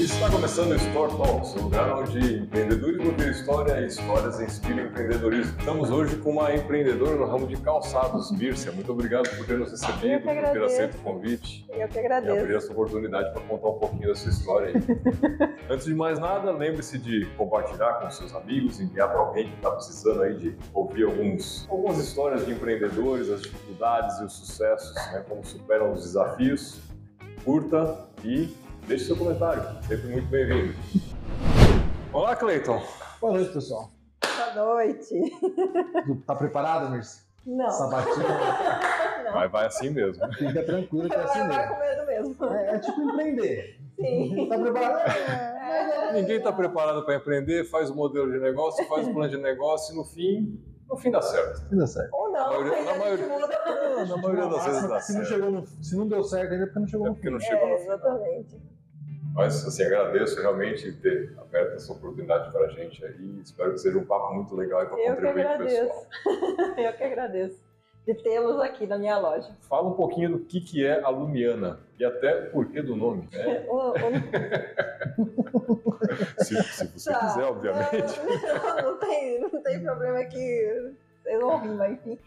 Está começando o Store Talks, o lugar onde empreendedorismo tem história e histórias inspiram empreendedorismo. Estamos hoje com uma empreendedora no ramo de calçados, Bírcia. Muito obrigado por ter nos Eu recebido, que por ter agradeço. aceito o convite Eu que e abrir agradeço. essa oportunidade para contar um pouquinho da sua história. aí. Antes de mais nada, lembre-se de compartilhar com seus amigos, enviar para alguém que está precisando aí de ouvir alguns, algumas histórias de empreendedores, as dificuldades e os sucessos, né, como superam os desafios. Curta e deixe seu comentário, sempre muito bem-vindo. Olá, Cleiton. Boa noite, pessoal. Boa noite. Tá preparada, Mirce? Não, Sabatina, não. Vai, vai assim mesmo. fica tranquila que é assim Agora vai com mesmo. medo mesmo. É, é tipo empreender. Uhum. Sim. É. Tá preparada? Ninguém está preparado para empreender, faz o modelo de negócio, faz o plano de negócio e no fim, no fim dá certo. Não deu certo. Ou Na não, é maioria- aí na a gente maioria- muda. Na maioria das vezes dá se, não certo. chegou no, se não deu certo ainda, é porque não chegou É no porque fim. não chegou É, no final. exatamente. Mas, assim, agradeço realmente ter aberto essa oportunidade para a gente aí. Espero que seja um papo muito legal aí para Eu que contribuir com o pessoal. agradeço. Eu que agradeço de tê-los aqui na minha loja. Fala um pouquinho do que, que é a Lumiana e até o porquê do nome, né? O- o- Se, se você tá. quiser, obviamente. Não, não, tem, não tem problema que vocês vão rir, mas enfim.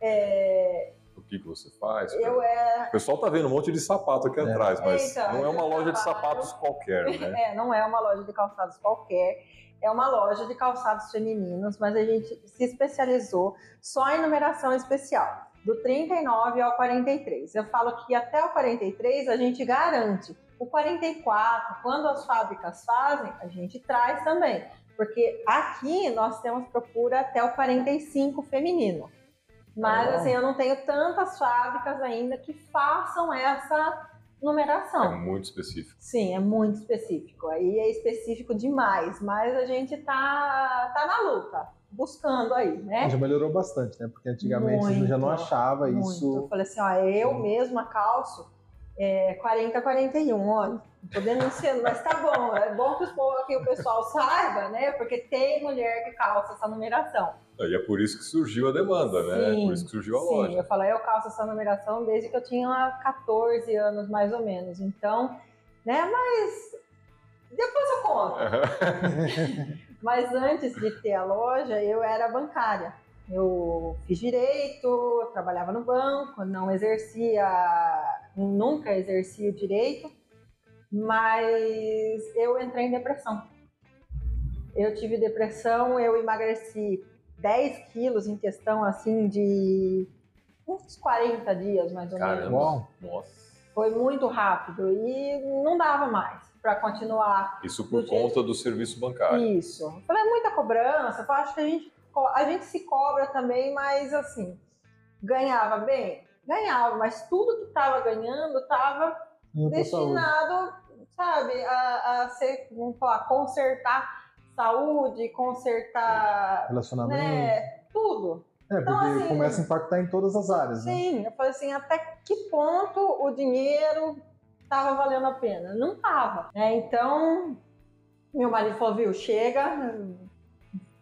É, O que, que você faz. eu é, O pessoal tá vendo um monte de sapato aqui É. atrás, mas Então, não é uma eu loja de trabalho. sapatos qualquer, né? É, não é uma loja de calçados qualquer, é uma loja de calçados femininos, mas a gente se especializou só em numeração especial, do 39 ao 43. Eu falo que até o 43 a gente garante. O 44, quando as fábricas fazem, a gente traz também, porque aqui nós temos procura até o 45 feminino. Mas Legal. assim, eu não tenho tantas fábricas ainda que façam essa É numeração. muito específico. Sim, é muito específico. Aí é específico demais, mas a gente tá, tá na luta, buscando aí, né? Já melhorou bastante, né? Porque antigamente Muito, você já não achava Muito. Eu É isso. falei assim, ó, eu mesma calço é, 40, 41, olha, um, tô denunciando, mas tá bom, é bom que, os, po- que o pessoal saiba, né? Porque tem mulher que calça essa numeração. E é por isso que surgiu a demanda, né? Sim, Por isso que surgiu a Sim, loja. eu falei, eu calço essa numeração desde que eu tinha 14 anos, mais ou menos. Então, né, mas depois eu conto. Mas antes de ter a loja, eu era bancária. Eu fiz direito, eu trabalhava no banco, não exercia, nunca exerci o direito, mas eu entrei em depressão. Eu tive depressão, eu emagreci 10 quilos em questão assim de uns 40 dias mais ou menos. Caramba. Uau. Nossa. Foi muito rápido e não dava mais para continuar Isso por Do jeito- conta do serviço bancário. isso. Eu Falei, é muita cobrança. Eu acho que a gente, co- a gente se cobra também, mas assim, ganhava bem? Ganhava, mas tudo que estava ganhando estava E pra saúde. destinado, sabe, a, a ser, vamos falar, consertar saúde, consertar, Relacionamento. né, tudo. É, porque Então, assim, começa a impactar em todas as áreas, né? Sim, eu falei assim, até que ponto o dinheiro estava valendo a pena? Não estava. Então, meu marido falou, viu, chega,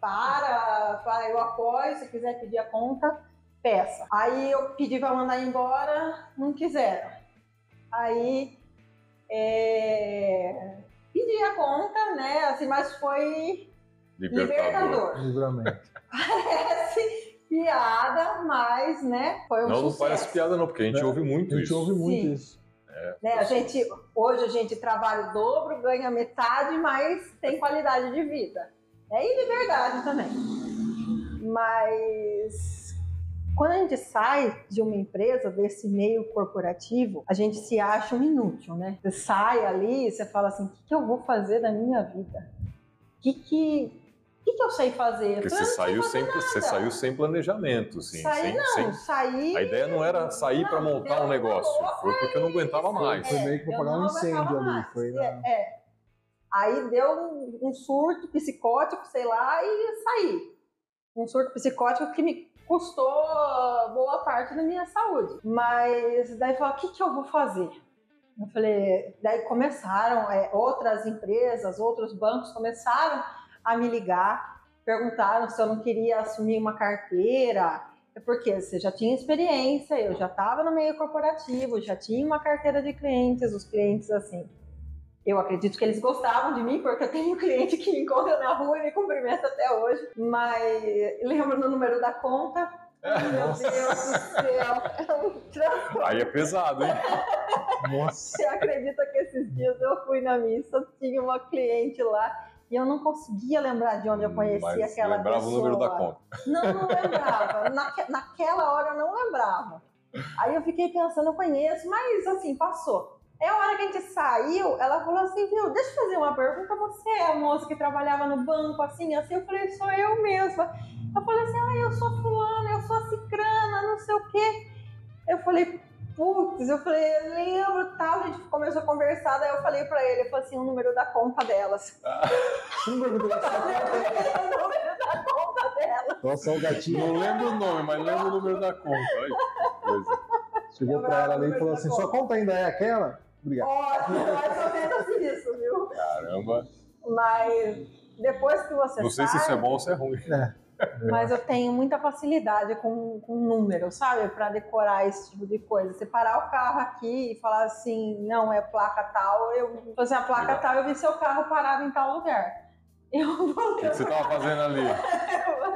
para, para, eu apoio, se quiser pedir a conta, peça. Aí eu pedi para mandar embora, não quiseram. Aí é, pedi a conta, né? Assim, mas foi libertador. Livramento. Parece piada, mas, né? Foi um Não, não sucesso. parece piada não, porque Né? a gente É. ouve A muito gente isso. ouve muito Sim. isso. Né, a gente, hoje a gente trabalha o dobro, ganha metade, mas tem qualidade de vida. É e liberdade também. Mas quando a gente sai de uma empresa, desse meio corporativo, a gente se acha um inútil, né? Você sai ali e você fala assim, o que, que eu vou fazer da minha vida? O que, que, o que, que eu sei fazer? Porque Então Eu você não sei saiu, fazer sem, você nada. saiu sem planejamento, sim. Saí assim, sem- sem- não, saí... A ideia não era sair para Não, montar deu um negócio, uma foi porque eu não aguentava mais. Foi meio que É, eu apagar não um incêndio aguentava ali, mais. foi né? É, é. Aí deu um, um surto psicótico, sei lá, e saí. Um surto psicótico que me custou boa parte da minha saúde. Mas daí falou, o que, que eu vou fazer? Eu falei, daí começaram é, outras empresas, outros bancos começaram a me ligar, perguntaram se eu não queria assumir uma carteira, é porque você já tinha experiência, eu já estava no meio corporativo, já tinha uma carteira de clientes, os clientes assim. Eu acredito que eles gostavam de mim, porque eu tenho um cliente que me encontra na rua e me cumprimenta até hoje. Mas lembro no número da conta. Ai, Meu Deus do céu, é um transtorno. Aí é pesado, hein? Nossa. Você acredita que esses dias eu fui na missa, tinha uma cliente lá e eu não conseguia lembrar de onde eu conheci Hum, Mas aquela lembrava pessoa. o número da conta. Não, não lembrava. Naque- naquela hora eu não lembrava. Aí eu fiquei pensando, eu conheço, mas assim, passou. É a hora que a gente saiu, ela falou assim, viu, deixa eu fazer uma pergunta, você é a moça que trabalhava no banco, assim, assim? Eu falei, sou eu mesma. Eu falei assim, ah, eu sou fulana, eu sou a cicrana, não sei o quê. Eu falei, putz, eu falei, eu lembro, tal, a gente começou a conversar, daí eu falei pra ele, eu falei assim, o número da conta delas. Não perguntou Eu falei, o número da conta delas. Nossa, o gatinho Não lembro o nome, mas lembro o número da conta. Olha que coisa. chegou pra ela ali e falou assim: sua conta ainda é aquela? Obrigado. Ótimo, mais ou menos isso, viu? Caramba. Mas depois que você Não sei se sai, isso é bom ou se é ruim. mas eu tenho muita facilidade com, com número, sabe? Pra decorar esse tipo de coisa. Você parar o carro aqui e falar assim, não, é placa tal, eu fosse a placa Legal. tal, eu vi seu carro parado em tal lugar. Eu vou O que que você tava fazendo ali?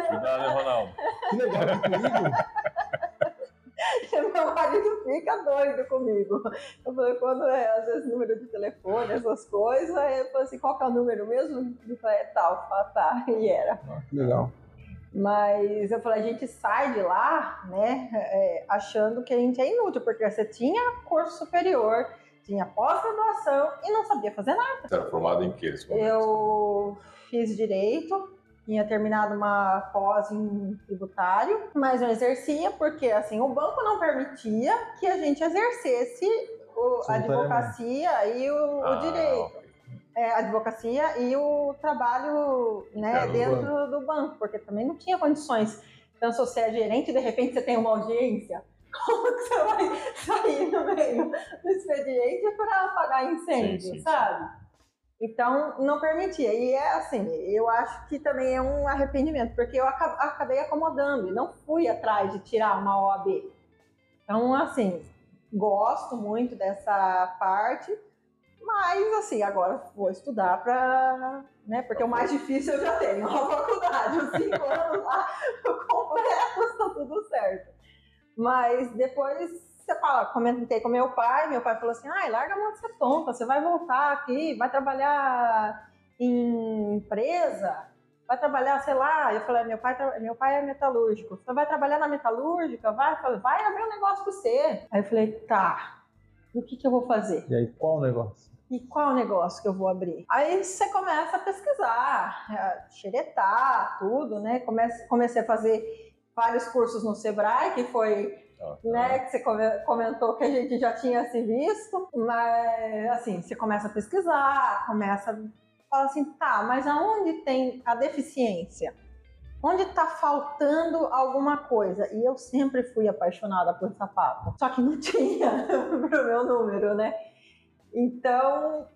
Cuidado, né, Ronaldo? Que legal, né? que comigo. Meu marido fica doido comigo. Eu falei, quando é, às vezes, número de telefone, essas coisas, eu falei assim, qual que é o número mesmo? Ele falou, é tal, Eu falei, "Ah, tá, e era. Legal. Mas eu falei, a gente sai de lá, né, é, achando que a gente é inútil, porque você tinha curso superior, tinha pós-graduação e não sabia fazer nada. Você era formado em que nesse momento? Eu fiz direito, tinha terminado uma pós em tributário, mas não exercia, porque assim, o banco não permitia que a gente exercesse o- a Simultaneamente. advocacia e o, o Ah, direito ok. é, a advocacia e o trabalho né, Era no dentro do banco, porque também não tinha condições. Então, se você é gerente, de repente você tem uma audiência, como que você vai sair no meio do expediente para apagar incêndio, Sim, sim, sim. sabe? Então, não permitia. E é assim, eu acho que também é um arrependimento, porque eu aca- acabei acomodando e não fui atrás de tirar uma OAB. Então, assim, gosto muito dessa parte, mas assim, agora vou estudar para, né, porque o mais difícil eu já tenho, a faculdade, os cinco anos lá, eu completo, tá tudo certo. Mas depois você fala, comentei com meu pai, meu pai falou assim, ai, larga a mão de ser tonta, você vai voltar aqui, vai trabalhar em empresa, vai trabalhar, sei lá, eu falei, "Ah, meu pai, tra- meu pai é metalúrgico, você vai trabalhar na metalúrgica, vai, Eu falei, vai abrir um negócio pra você. Aí eu falei, tá, e o que que eu vou fazer? E aí, qual o negócio? e qual negócio que eu vou abrir? Aí você começa a pesquisar, a xeretar, tudo, né? Comece, comecei a fazer vários cursos no Sebrae, que foi, Ah, né, que você come- comentou que a gente já tinha se visto, mas assim, você começa a pesquisar, começa a falar assim, tá, mas aonde tem a deficiência? Onde tá faltando alguma coisa? E eu sempre fui apaixonada por sapato. Só que não tinha pro meu número, né? Então,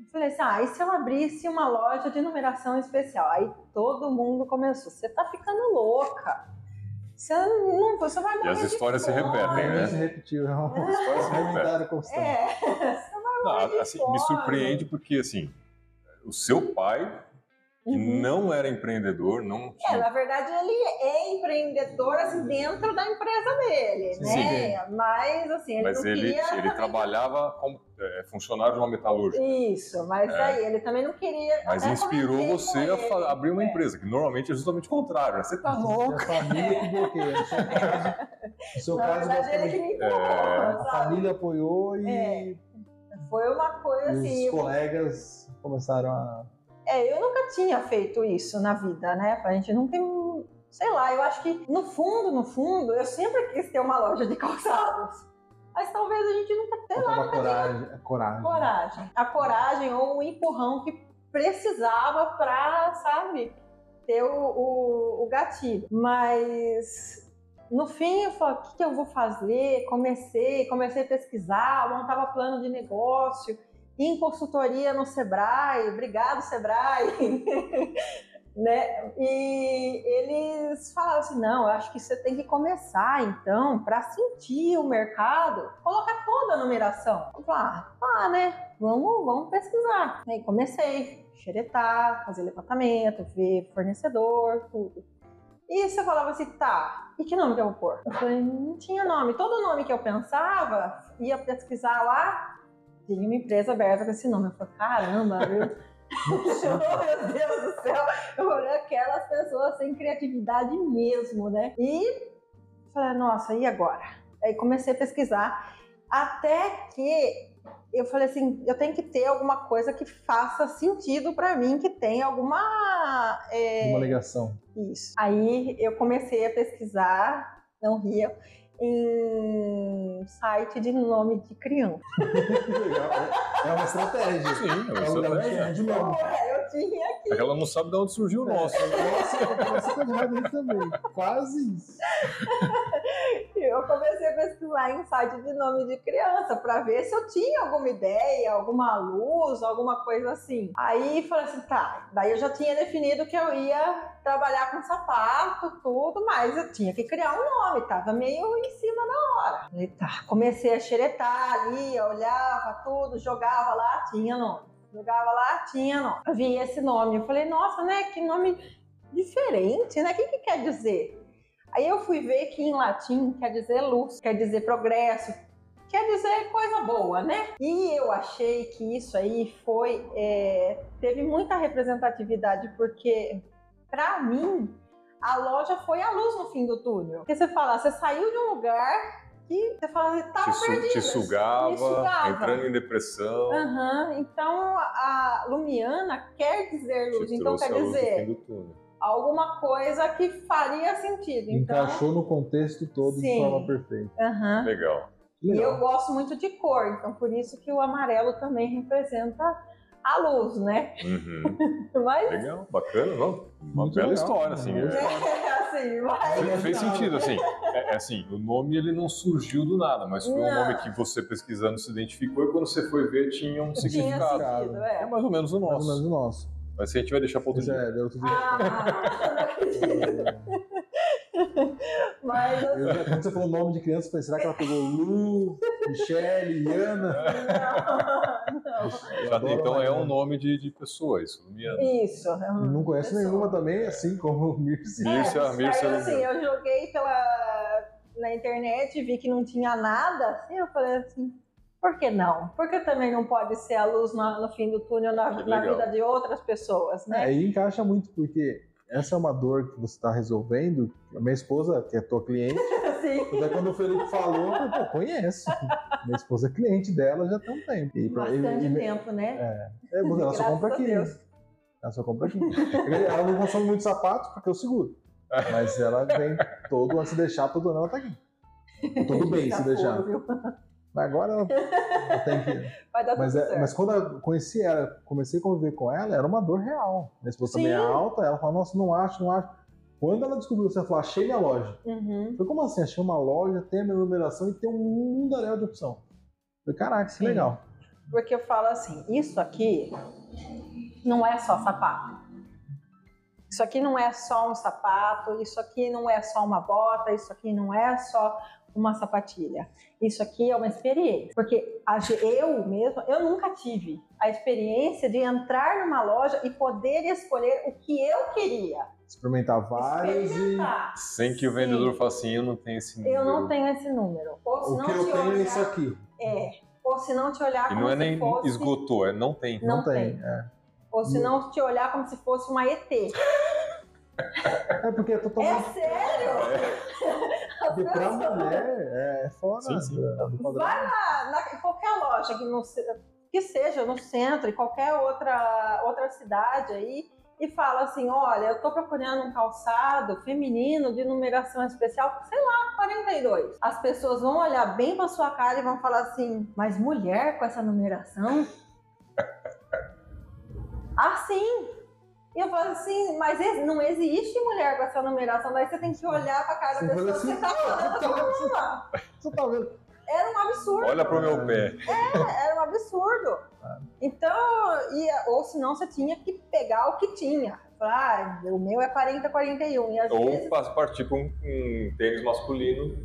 eu falei assim: ah, e se eu abrisse uma loja de numeração especial? Aí todo mundo começou: você tá ficando louca. Você, não, você vai E morrer. as de histórias se fome." repetem, Não né? se repetiu, é um Agora você repete. comentário constante. É, você vai morrer. de Não, assim, me fome. surpreende porque, assim, o seu pai, que Uhum. não era empreendedor, não É, tinha... na verdade ele é empreendedor assim, dentro da empresa dele, né? Mas assim, ele Mas não ele, queria ele tá trabalhava como é, funcionário de uma metalúrgica. Isso, mas É. aí ele também não queria. Mas até inspirou comentei com você a ele. fa- abrir uma É. empresa, que normalmente é justamente o contrário. né? Você tá É louco. a família que bloqueia. No seu caso, no seu É. Na caso verdade, ele que basicamente, me empurrou, É. a sabe? família apoiou e É, Foi uma coisa assim. eu- os colegas começaram a. É, eu nunca tinha feito isso na vida, né? A gente nunca. Sei lá, eu acho que no fundo, no fundo, eu sempre quis ter uma loja de calçados. Mas talvez a gente nunca tenha Faltava coragem. coragem. coragem. A coragem ou o empurrão que precisava pra, sabe, ter o, o, o gatilho. Mas no fim eu falei, o que, que eu vou fazer? Comecei, comecei a pesquisar, montava plano de negócio, ia em consultoria no Sebrae, obrigado Sebrae. né? E eles falaram assim: não, eu acho que você tem que começar, então, para sentir o mercado, colocar toda a numeração. Eu falei, ah, tá, né? Vamos, vamos pesquisar. Aí comecei a xeretar, fazer levantamento, ver fornecedor, tudo. E você falava assim, tá, e que nome que eu vou pôr? Eu falei, não tinha nome. Todo nome que eu pensava, ia pesquisar lá, tinha uma empresa aberta com esse nome. Eu falei, caramba, viu? oh, meu Deus do céu! Eu olhei aquelas pessoas sem criatividade mesmo, né? E falei, nossa, e agora? Aí comecei a pesquisar, até que eu falei assim, eu tenho que ter alguma coisa que faça sentido pra mim, que tenha alguma... é, Uma ligação. isso. Aí eu comecei a pesquisar, não ria, em site de nome de criança. Legal. É uma estratégia. Sim, É um lugar de é rede mesmo. Eu tinha aqui. Ela não sabe de onde surgiu o É. nosso. Nossa, você tá de raiva também. Quase isso. Eu comecei a pesquisar em site de nome de criança para ver se eu tinha alguma ideia, alguma luz, alguma coisa assim. Aí falei assim, tá. Daí eu já tinha definido que eu ia trabalhar com sapato, tudo, mas eu tinha que criar um nome, tava meio em cima da hora. Falei, tá. Comecei a xeretar ali, eu olhava tudo, jogava lá, tinha nome. Jogava lá, tinha nome. Eu vi esse nome, eu falei, nossa, né? Que nome diferente, né? O que, que quer dizer? Aí eu fui ver que em latim quer dizer luz, quer dizer progresso, quer dizer coisa boa, né? E eu achei que isso aí foi. é, teve muita representatividade, porque pra mim a loja foi a luz no fim do túnel. Porque você fala, você saiu de um lugar que você fala, tava Te, su- perdida. te sugava, me sugava. Ah, entrando em depressão. Aham, Então a Lumiana quer dizer luz, Te então trouxe quer a luz do fim dizer do túnel. alguma coisa que faria sentido. Então, Encaixou no contexto todo de Sim. forma perfeita. aham. é Legal. Que E eu Legal. gosto muito de cor, então por isso que o amarelo também representa a luz, né? Uhum. Mas Legal, bacana, não? Uma Muito bela legal. né? história, assim. Muito é. é assim, mas Fe- Fez legal. sentido, assim. É, é assim, o nome ele não surgiu do nada, mas foi um Não. nome que você pesquisando se identificou e quando você foi ver tinha um tinha significado. sentido, É é. mais ou menos o Mais ou menos nosso. o nosso. Mas isso a gente vai deixar para outro Pois dia. é, deu outro dia. Ah, não acredito. Mas assim, Eu já- quando você falou o nome de criança, eu falei, será que ela pegou Lu, Michele, Iana? não, não. Já- adoro então é Mariana. né? um nome de, de pessoa, isso. Lumiana. Isso. é um- Não conheço pessoa. nenhuma também, assim como o Mirce. Mirce. Mircea- mas aí, Mircea assim, eu joguei pela, na internet, vi que não tinha nada, assim, eu falei assim, por que não? Por que também não pode ser a luz na- no, fim do túnel na, Que na legal. vida de outras pessoas, né? Aí encaixa muito, porque essa é uma dor que você está resolvendo. A minha esposa, que é tua cliente, Assim. mas aí quando o Felipe falou, eu falei, pô, conheço. Minha esposa é cliente dela já tem um tempo. E pra- e- Bastante e- tempo, né? É, mas ela só Graças compra a aqui. Deus. Ela só compra aqui. Ela não consome muito sapato porque eu seguro. Mas ela vem todo ano, se deixar, todo ano ela tá aqui. Tudo bem se Desaforo, deixar. viu? Mas agora ela ela tem que. Vai dar Mas, Tá tudo é- certo. mas quando eu conheci ela, comecei a conviver com ela, era uma dor real. Minha esposa também é Sim. alta, ela fala, nossa, não acho, não acho. Quando ela descobriu isso, ela falou, achei minha loja. Uhum. Eu falei, como assim? Achei uma loja, tem a minha numeração e tem um mundaréu de opção. Eu falei, caraca, que Sim. legal. Porque eu falo assim, isso aqui não é só sapato. Isso aqui não é só um sapato, isso aqui não é só uma bota, isso aqui não é só uma sapatilha. Isso aqui é uma experiência. Porque a ge- eu mesma, eu nunca tive a experiência de entrar numa loja e poder escolher o que eu queria. Experimentar vários e. Experimentar. Sem que o Sim. vendedor fale assim, eu não tenho esse número. Eu não tenho esse número. Ou se O não que eu te tenho é olhar, isso aqui. É. Ou se não te olhar E como não é se nem fosse... esgotou, é não tem. Não, Não tem. tem. É. Ou se não te olhar como se fosse uma ET. É porque é É totalmente. sério? As Porque pra pessoas- mulher é fora Sim, sim. da- do Vai padrão. na, na- em qualquer loja que, no ce- que seja no centro, em qualquer outra, outra cidade aí, e fala assim: olha, eu tô procurando um calçado feminino de numeração especial, sei lá, 42. As pessoas vão olhar bem pra sua cara e vão falar assim: mas mulher com essa numeração? ah, sim! E eu falo assim, mas ex- não existe mulher com essa numeração, daí você tem que olhar pra cara Você da fala pessoa, assim, você tá falando com uma. Você tá vendo? Era um absurdo. Olha pro meu pé. Era um absurdo. Então, ia, ou senão você tinha que pegar o que tinha. falar, ah, o meu é 40, 41. E às Ou vezes, faz partir para um, um tênis masculino.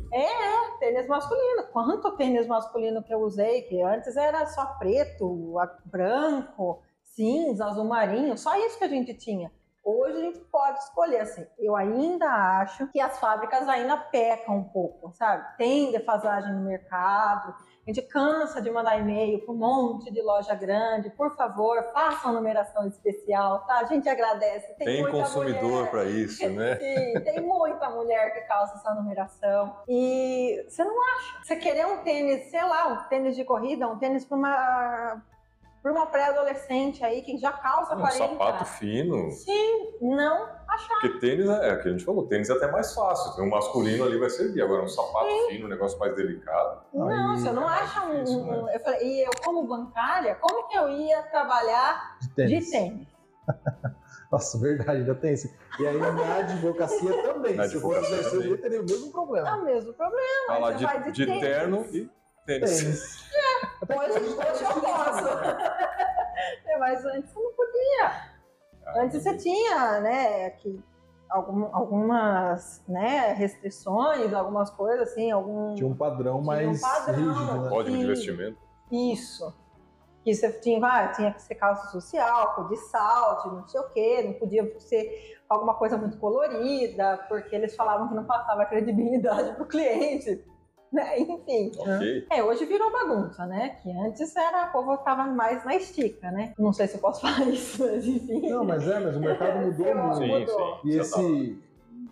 tênis masculino. Quanto tênis masculino que eu usei, que antes era só preto, a- branco, cinza, azul marinho, só isso que a gente tinha. Hoje a gente pode escolher, assim, eu ainda acho que as fábricas ainda pecam um pouco, sabe? Tem defasagem no mercado, a gente cansa de mandar e-mail para um monte de loja grande, por favor, façam numeração especial, tá? A gente agradece. Tem, Tem, muita consumidor mulher. para isso, né? Sim, tem muita mulher que calça essa numeração. E você não acha. Você querer um tênis, sei lá, um tênis de corrida, um tênis para uma, pra uma pré-adolescente aí que já calça Um 40. sapato fino. Sim, não achar. Porque tênis é, é o que a gente falou, tênis é até mais fácil. Tem um masculino ali vai servir. Agora, um sapato fino, um negócio mais delicado. Não, Aí, é você não acha um. difícil, um- né? eu falei, e eu, como bancária, como que eu ia trabalhar De tênis. de tênis? Nossa, verdade, ainda tem esse. E aí na advocacia também. Na Se eu fosse advocacia exercer, eu também. ia ter o mesmo É problema. o mesmo problema. Tá lá você vai de, de de tênis. terno e tênis. Tênis. Até Hoje, que tá hoje eu posso. É, Mas antes você não podia. Antes você tinha, né, que algum- algumas né, restrições, algumas coisas assim, algum. Tinha um padrão Tinha um mais padrão. rígido, né? Código de Sim. vestimento. Isso. Que você tinha, ah, tinha que ser calça social, cor de salto, não sei o quê, não podia ser alguma coisa muito colorida, porque eles falavam que não passava credibilidade pro cliente. Né? Enfim. Ok. É, hoje virou bagunça, né? Que antes era, o povo tava mais na estica, né? Não sei se eu posso falar isso, mas enfim. Não, mas é, mas o mercado mudou Eu- muito. Sim, Mudou. sim. Você E tá- esse.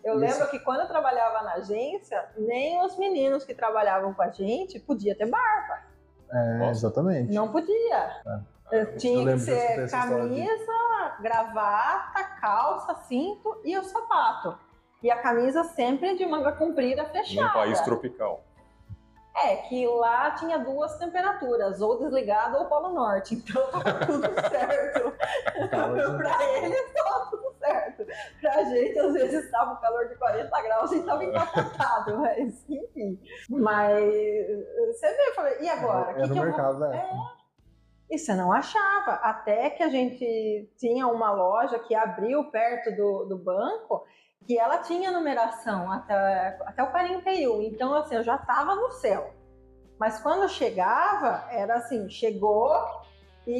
Eu Isso. lembro que quando eu trabalhava na agência, nem os meninos que trabalhavam com a gente podia ter barba. É, Nossa. exatamente. Não podia. Caramba. Tinha É. lembro que dessa- ser dessa história de- camisa, gravata, calça, cinto e o sapato. E a camisa sempre de manga comprida fechada. Num um país tropical. É, que lá tinha duas temperaturas, ou desligado ou polo norte. Então tava tudo certo. Cara, pra eles tava tudo certo. Pra gente, às vezes, tava um calor de 40 graus, a gente tava encapotado, mas enfim. Mas você vê, eu falei, e agora? Era Que o que eu vou- é mercado da É. época. E você não achava, até que a gente tinha uma loja que abriu perto do, do banco, que ela tinha numeração até, até o 41, então assim, eu já tava no céu. Mas quando chegava, era assim, chegou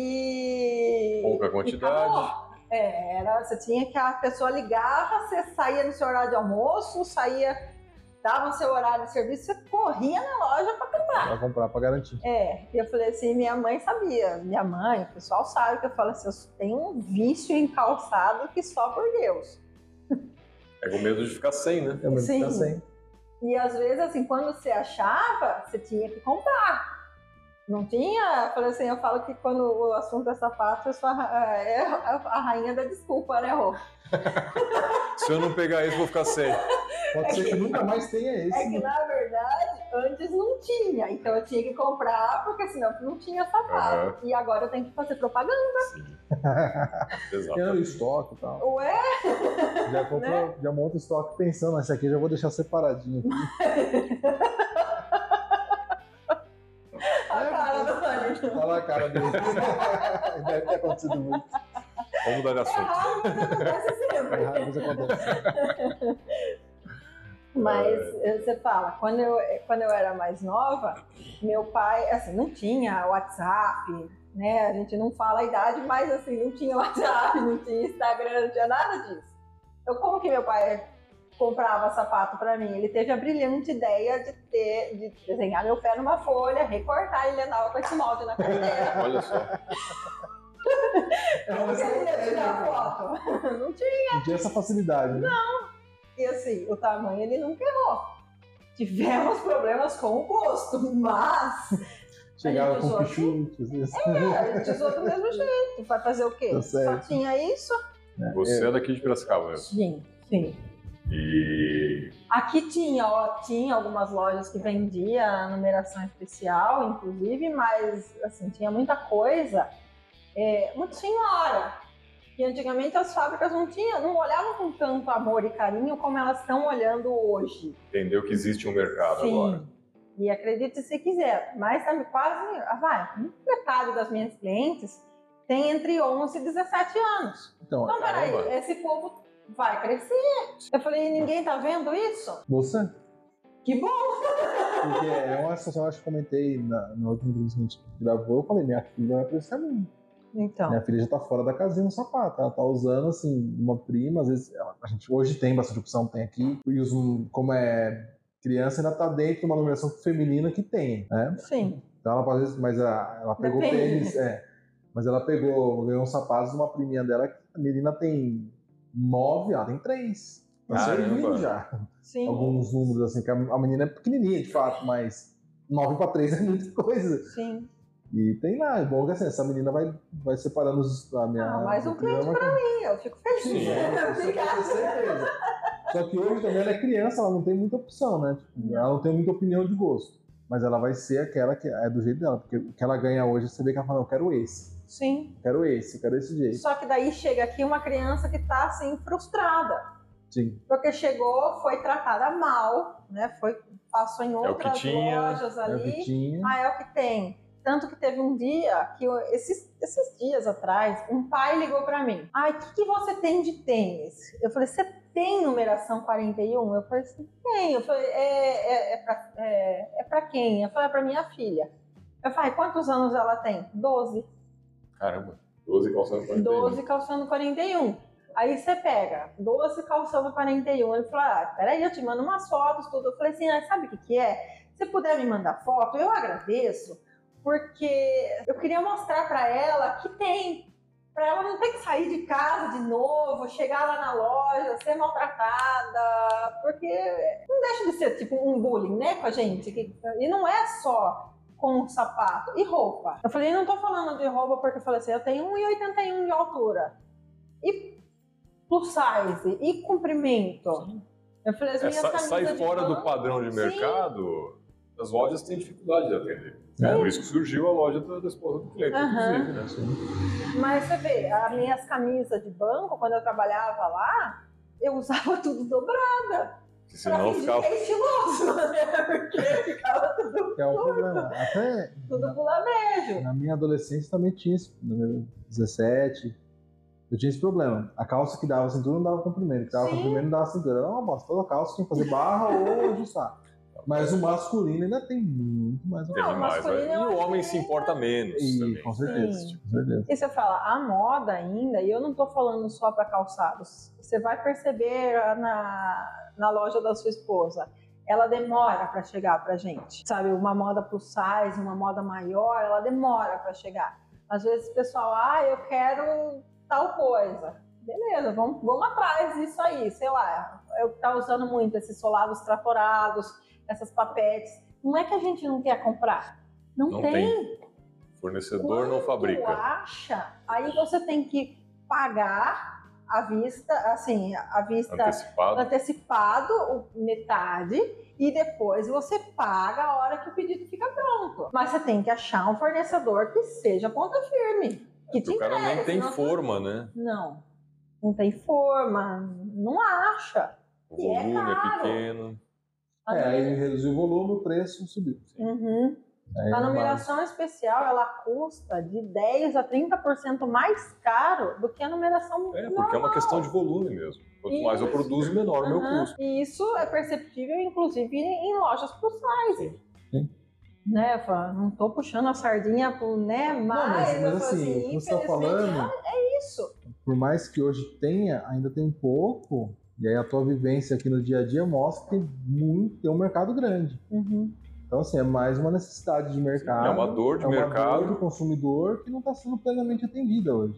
e... Pouca E quantidade. acabou. É, era, você tinha que a pessoa ligava, você saía no seu horário de almoço, saía, dava o seu horário de serviço, você corria na loja pra Pra comprar, pra garantir. é, e eu falei assim, minha mãe sabia, minha mãe, o pessoal sabe que eu falo assim, eu tenho um vício em calçado que só por Deus. É com medo de ficar sem, né? Eu mesmo Sim. tá sem. E às vezes, assim, quando você achava, você tinha que comprar. Não tinha, eu falei assim, eu falo que quando o assunto é sapato, eu sou a, ra- é a rainha da desculpa, né, Rô? Se eu não pegar isso, vou ficar sem. Pode ser que nunca mais tenha É esse. que na verdade, antes não tinha, então eu tinha que comprar, porque senão não tinha sapato. E agora eu tenho que fazer propaganda. Sim. Exato. Tem o estoque e tal. Ué, Já compra, Né? já monta o estoque pensando, "Ah, esse aqui eu já vou deixar separadinho. Tá É. a cara do Wellington. Olha lá a cara dele. Deve ter acontecido muito. Vamos mudar de É assunto. raro, mas acontece É sempre. raro, mas acontece. Mas eh, você fala, quando eu, eh, quando eu era mais nova, meu pai, assim, não tinha WhatsApp, né? A gente não fala a idade, mas assim, não tinha WhatsApp, não tinha Instagram, não tinha nada disso. Então, como que meu pai comprava sapato pra mim? Ele teve a brilhante ideia de, ter, de desenhar meu pé numa folha, recortar e ele andava com esse molde na carteira. Olha só. É uma Porque ele ia tirar estratégia. foto. Não tinha. Não tinha Um essa facilidade. né? E assim, o tamanho ele nunca errou. Tivemos problemas com o gosto, mas Chegava Aí assim? com assim. usou pichute. às vezes. É, a gente usou do mesmo jeito. Vai fazer o quê? Tá certo. Só tinha isso? Você é daqui de Piracicaba mesmo. Sim, sim. E Aqui tinha, ó, tinha algumas lojas que vendia numeração especial, inclusive, mas assim, tinha muita coisa. É, muito senhora. E antigamente as fábricas não tinham, não olhavam com tanto amor e carinho como elas estão olhando hoje. entendeu que existe um mercado Sim. agora. E acredite se quiser, mas tá me quase. Ah, vai, um detalhe das minhas clientes tem entre 11 e 17 anos. Então, Então, peraí, Caramba. esse povo vai crescer. Eu falei, ninguém tá vendo isso? você? Que bom! Porque é uma situação, eu acho que comentei na, na última entrevista que a gente gravou, eu falei, minha filha é vai pra esse caminho. Então, Minha filha já tá fora da casinha no sapato. Ela tá usando, assim, uma prima, às vezes. ela- a gente hoje tem bastante opção, tem aqui. E os, como é criança, ainda tá dentro de uma numeração feminina que tem, né? sim. Então ela, às vezes, mas a- ela pegou Depende. tênis, é. Mas ela pegou, ganhou uns sapatos de uma priminha dela que a menina tem nove, ela tem três. Tá Caramba. servindo já Sim. alguns números, assim, que a, a menina é pequenininha, de fato, mas 9 para 3 é muita coisa. Sim. E tem lá, é bom que assim, essa menina vai, vai separando os, a minha... Ah, mais um minha cliente programa pra mim, eu fico feliz. Sim, com- Isso eu tenho certeza. Só que hoje também ela é criança, ela não tem muita opção, né? Tipo, ela não tem muita opinião de gosto. Mas ela vai ser aquela que é do jeito dela, porque o que ela ganha hoje, você vê que ela fala, não, eu quero esse, Sim. eu quero esse, eu quero esse jeito. Só que daí chega aqui uma criança que tá assim, frustrada. Sim. Porque chegou, foi tratada mal, né? Foi, passou em É o que outras tinha, lojas É o Tá ali. que tinha. Ah, é o que tem. Tanto que teve um dia que eu- esses, esses dias atrás, um pai ligou pra mim. Ai, o que, que você tem de tênis? Eu falei, você tem numeração 41? Eu falei assim, tem. Eu falei, é, é, é, pra, é, é pra quem? Eu falei, é pra minha filha. Eu falei, quantos anos ela tem? 12. Caramba. 12 calçando pra 12 calçando 41. Aí você pega 12 calçando 41. Ele fala, ah, peraí, eu te mando umas fotos, tudo. Eu falei assim, ah, sabe o que, que é? Se puder me mandar foto, eu agradeço, porque eu queria mostrar pra ela que tem. Pra ela não ter que sair de casa de novo, chegar lá na loja, ser maltratada, porque não deixa de ser tipo um bullying, né, com a gente. que- E não é só com sapato e roupa. Eu falei, não tô falando de roupa porque eu falei assim, eu tenho 1,81 de altura. E plus size, e comprimento. Eu falei, as É, minhas sa- camisas sai de fora pano- do padrão de Sim. mercado, as lojas têm dificuldade de atender. Sim. É por isso que surgiu a loja da, da esposa do cliente, Aham. inclusive, né? Mas você vê, as minhas camisas de banco, quando eu trabalhava lá, eu usava tudo dobrado. Porque Pra senão fingir ficava. que é estiloso, né? Porque ficava tudo, Que é um problema. Até tudo bulamejo. Na minha adolescência também tinha esse, número 17. Eu tinha esse problema. A calça que dava cintura não dava comprimento. Que dava Sim. comprimento não dava cintura. Era uma bosta. Toda calça tinha que fazer barra ou ajustar. Mas o masculino ainda tem muito mais uma É Não, demais, masculino né? E eu o acho homem que se importa menos E, também. com certeza. Sim. Com certeza. E você fala, a moda ainda, e eu não tô falando só para calçados, você vai perceber ah, na, na loja da sua esposa, ela demora para chegar pra gente. Sabe, uma moda plus size, uma moda maior, ela demora para chegar. Às vezes o pessoal, ah, eu quero tal coisa. Beleza, vamos, vamos atrás disso aí, sei lá. Eu tá usando muito esses solados traforados, essas papetes. Não é que a gente não quer comprar. Não, Não tem. Fornecedor não Quanto fabrica. acha, aí você tem que pagar à vista, assim, à vista Antecipado. antecipado, o- metade, e depois você paga a hora que o pedido fica pronto. Mas você tem que achar um fornecedor que seja ponta firme, que te O cara entregue, nem tem senão- forma, né? Não, não tem forma, não acha. O E é volume é caro. pequeno. A É, aí numera- reduziu o volume, o preço subiu. Uhum. Aí A É, não mais. numeração especial ela custa de 10 a 30% mais caro do que a numeração É, porque é uma questão de volume mesmo. Quanto mais eu Isso. produzo, menor o meu Aham, custo. E isso é perceptível, inclusive, em lojas plus size. Né, Fá? Não tô puxando a sardinha pro né, mas, Não, mas, eu mas falo assim, o que você tá infelizmente, falando, é isso. por mais que hoje tenha, ainda tem um pouco. E aí a tua vivência aqui no dia a dia mostra que tem, muito, tem um mercado grande. Uhum. Então, assim, é mais uma necessidade de mercado. É uma dor de é uma mercado. dor do consumidor que não está sendo plenamente atendida hoje.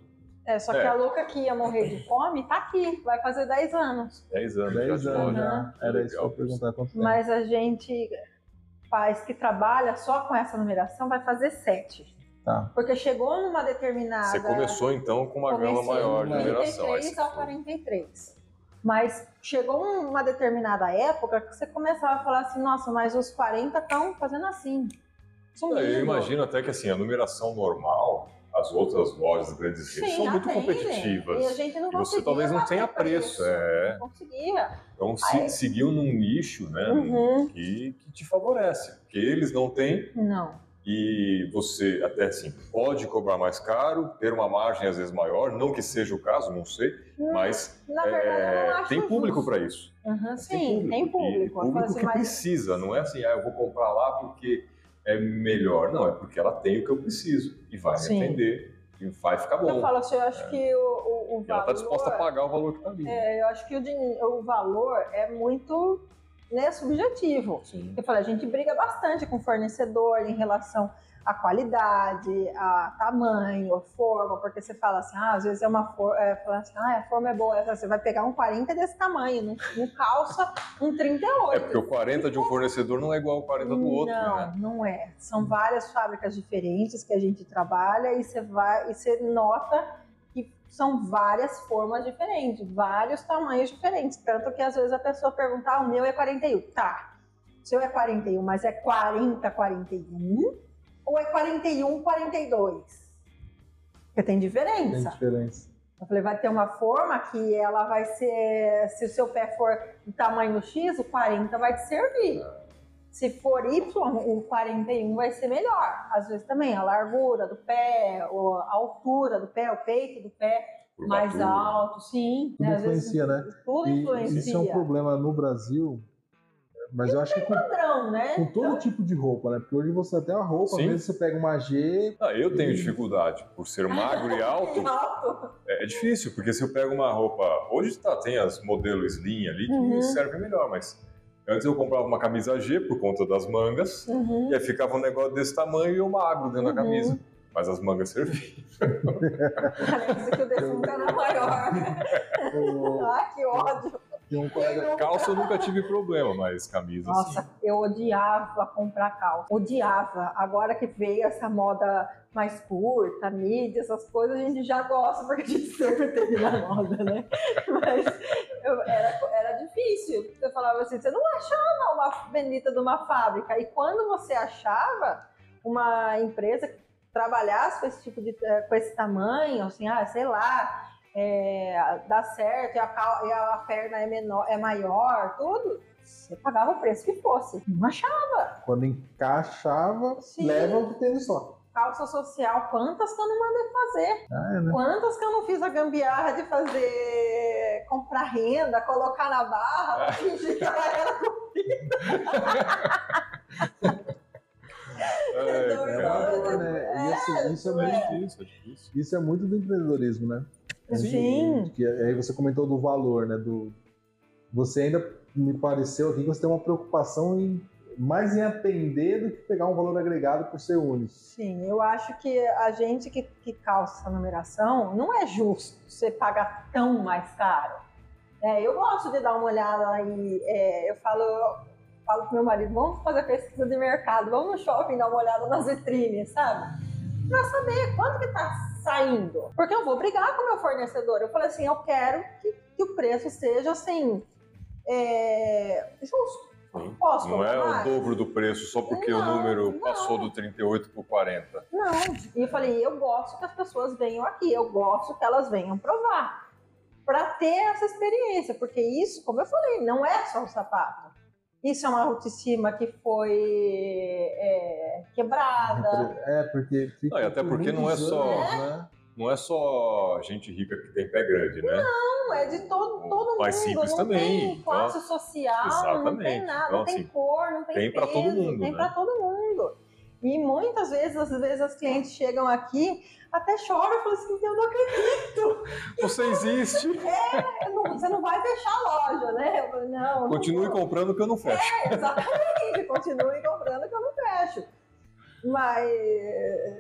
É, só É. que a louca que ia morrer de fome tá aqui, vai fazer 10 anos. 10 anos já 10 de anos loja. já. Era isso que eu Legal. ia perguntar quanto tempo. Mas a gente faz que trabalha só com essa numeração vai fazer 7. Tá. Porque chegou numa determinada. Você começou então com uma gama Comecei maior de com numeração. Aí 33 você ao falou, 43. Mas chegou um, uma determinada época que você começava a falar assim, nossa, mas os 40 estão fazendo assim. Ah, sumindo. Eu imagino até que assim, a numeração normal, as outras lojas grandes redes Sim, né? são muito atendem. competitivas. E a gente não E você conseguia talvez não bater tenha preço. Não É. conseguia. Então se- Aí- seguiu num nicho né, Uhum. que, que te favorece. Porque eles não têm Não. e você até assim pode cobrar mais caro, ter uma margem às vezes maior, não que seja o caso, não sei, Hum, mas Na é, verdade, eu não acho tem público justo. para isso. Aham, Sim, tem E público. Eu falo público assim, que mas- precisa, não é assim, ah, eu vou comprar lá porque é melhor, não é porque ela tem o que eu preciso e vai Sim. me atender e vai ficar Eu bom. falo assim, eu acho que o, o, o E É. ela está valor. disposta a pagar o valor que está ali. é, eu acho que o, din- o valor é muito né, subjetivo. Sim. Eu falei, a gente briga bastante com o fornecedor em relação à qualidade, a tamanho, a forma, porque você fala assim, ah, às vezes é uma forma, é, fala assim, ah, a forma é boa, essa você vai pegar um 40 desse tamanho, não, não calça um 38. É porque o 40 de um fornecedor não é igual ao 40 do outro, então não, né? não é. São várias fábricas diferentes que a gente trabalha e você vai e você nota que são várias formas diferentes, vários tamanhos diferentes. Tanto que às vezes a pessoa pergunta, ah, o meu é 41. Tá, o seu é 41, mas é 40, 41 ou é 41, 42? Porque tem Tem diferença. diferença. Eu falei, vai ter uma forma que ela vai ser. Se o seu pé for do tamanho X, o 40 vai te servir. Se for Y, o 41 vai ser melhor. Às vezes também a largura do pé, o- a altura do pé, o peito do pé mais Curvatura. alto, sim. Tudo Às vezes influencia, né? Tudo E influencia. isso é um problema no Brasil, mas eu acho que com, Padrão, né? com todo Então, tipo de roupa, né? Porque hoje você até a roupa, Sim. às vezes você pega uma G, Ah, eu tenho dificuldade. Por ser magro e alto, alto. é é difícil, porque se eu pego uma roupa. Hoje tá, tem as modelos slim ali que Uhum. servem melhor, mas antes eu comprava uma camisa G por conta das mangas, Uhum. e aí ficava um negócio desse tamanho e eu magro dentro da Uhum. camisa. Mas as mangas serviam. Parece que o defunto era maior. o- Ah, que ódio. tem um colega. Calça eu nunca tive problema, mas camisa Nossa, sim. eu odiava comprar calça. Odiava. Agora que veio essa moda mais curta, mídia, essas coisas, a gente já gosta, porque a gente sempre teve na moda, né? Mas eu- era, era difícil. Eu falava assim, você não achava uma bendita de uma fábrica. E quando você achava uma empresa que trabalhasse com esse tipo de eh, com esse tamanho, assim, ah, sei lá, é, dá certo, e a, cal- e a perna é menor, é maior, tudo. Você pagava o preço que fosse. Não achava Quando encaixava, Sim. leva o que teve só. calça social, quantas que eu não mandei fazer? Ah, é, né? Quantas que eu não fiz a gambiarra de fazer comprar renda, colocar na barra, pra fingir que ela era É, Não, cara, eu não- Calma, né? E assim, isso é é muito, difícil, é difícil. isso é muito do empreendedorismo, né? Sim. De- Que aí você comentou do valor, né? Do, você ainda me pareceu aqui que você tem uma preocupação em mais em atender do que pegar um valor agregado por ser único. Sim, eu acho que a gente que, que calça essa numeração não é justo você pagar tão mais caro. É, eu gosto de dar uma olhada aí, é, eu falo, eu falo pro meu marido, vamos fazer pesquisa de mercado, vamos no shopping dar uma olhada nas vitrines, sabe? Pra saber quanto que tá saindo. Porque eu vou brigar com o meu fornecedor. Eu falei assim, eu quero que, que o preço seja assim. é, justo. Sim. Posso Não comprar é o mais? dobro do preço só porque o Não, número não. passou do 38 para 40. Não. E eu falei, eu gosto que as pessoas venham aqui, eu gosto que elas venham provar. Para ter essa experiência, porque isso, como eu falei, não é só o sapato. Isso é uma autoestima que foi é, quebrada. É, porque fica Não, e até por porque não é muitos só- anos, né? Não é só gente rica que tem pé grande, né? Não, é de todo, todo Mais mundo. simples não também, então. tem classe social, não tem exatamente. nada, Então, não tem assim, cor, não tem, tem pra peso, todo mundo, tem né? para todo mundo. E muitas vezes, às vezes, as clientes chegam aqui, até choram e falam assim, eu não Você existe! Eu não- você não vai fechar a loja, né? Eu falei, não, eu não Continue vou. comprando que eu não fecho. Exatamente, continue comprando que eu não fecho. Mas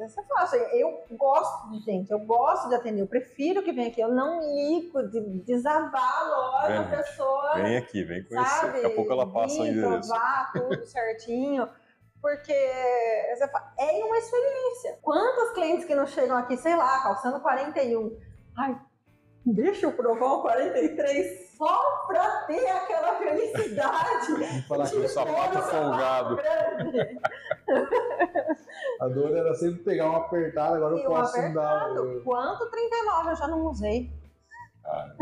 essa fácil. eu gosto de gente, eu gosto de atender, eu prefiro que venha aqui, eu não ligo de desabar a loja, Vem, a pessoa, Vem aqui, vem conhecer. sabe? então Daqui a pouco ela passa o vir, endereço. provar tudo certinho. Porque você fa- é uma experiência. Quantos clientes que não chegam aqui, sei lá, calçando 41? Ai, deixa eu provar o 43 só pra ter aquela felicidade. Vamos falar Um que sapato folgado. grande. a dor era sempre pegar um apertado, agora E eu um posso dar. apertado. Quanto 39 eu já não usei? cara.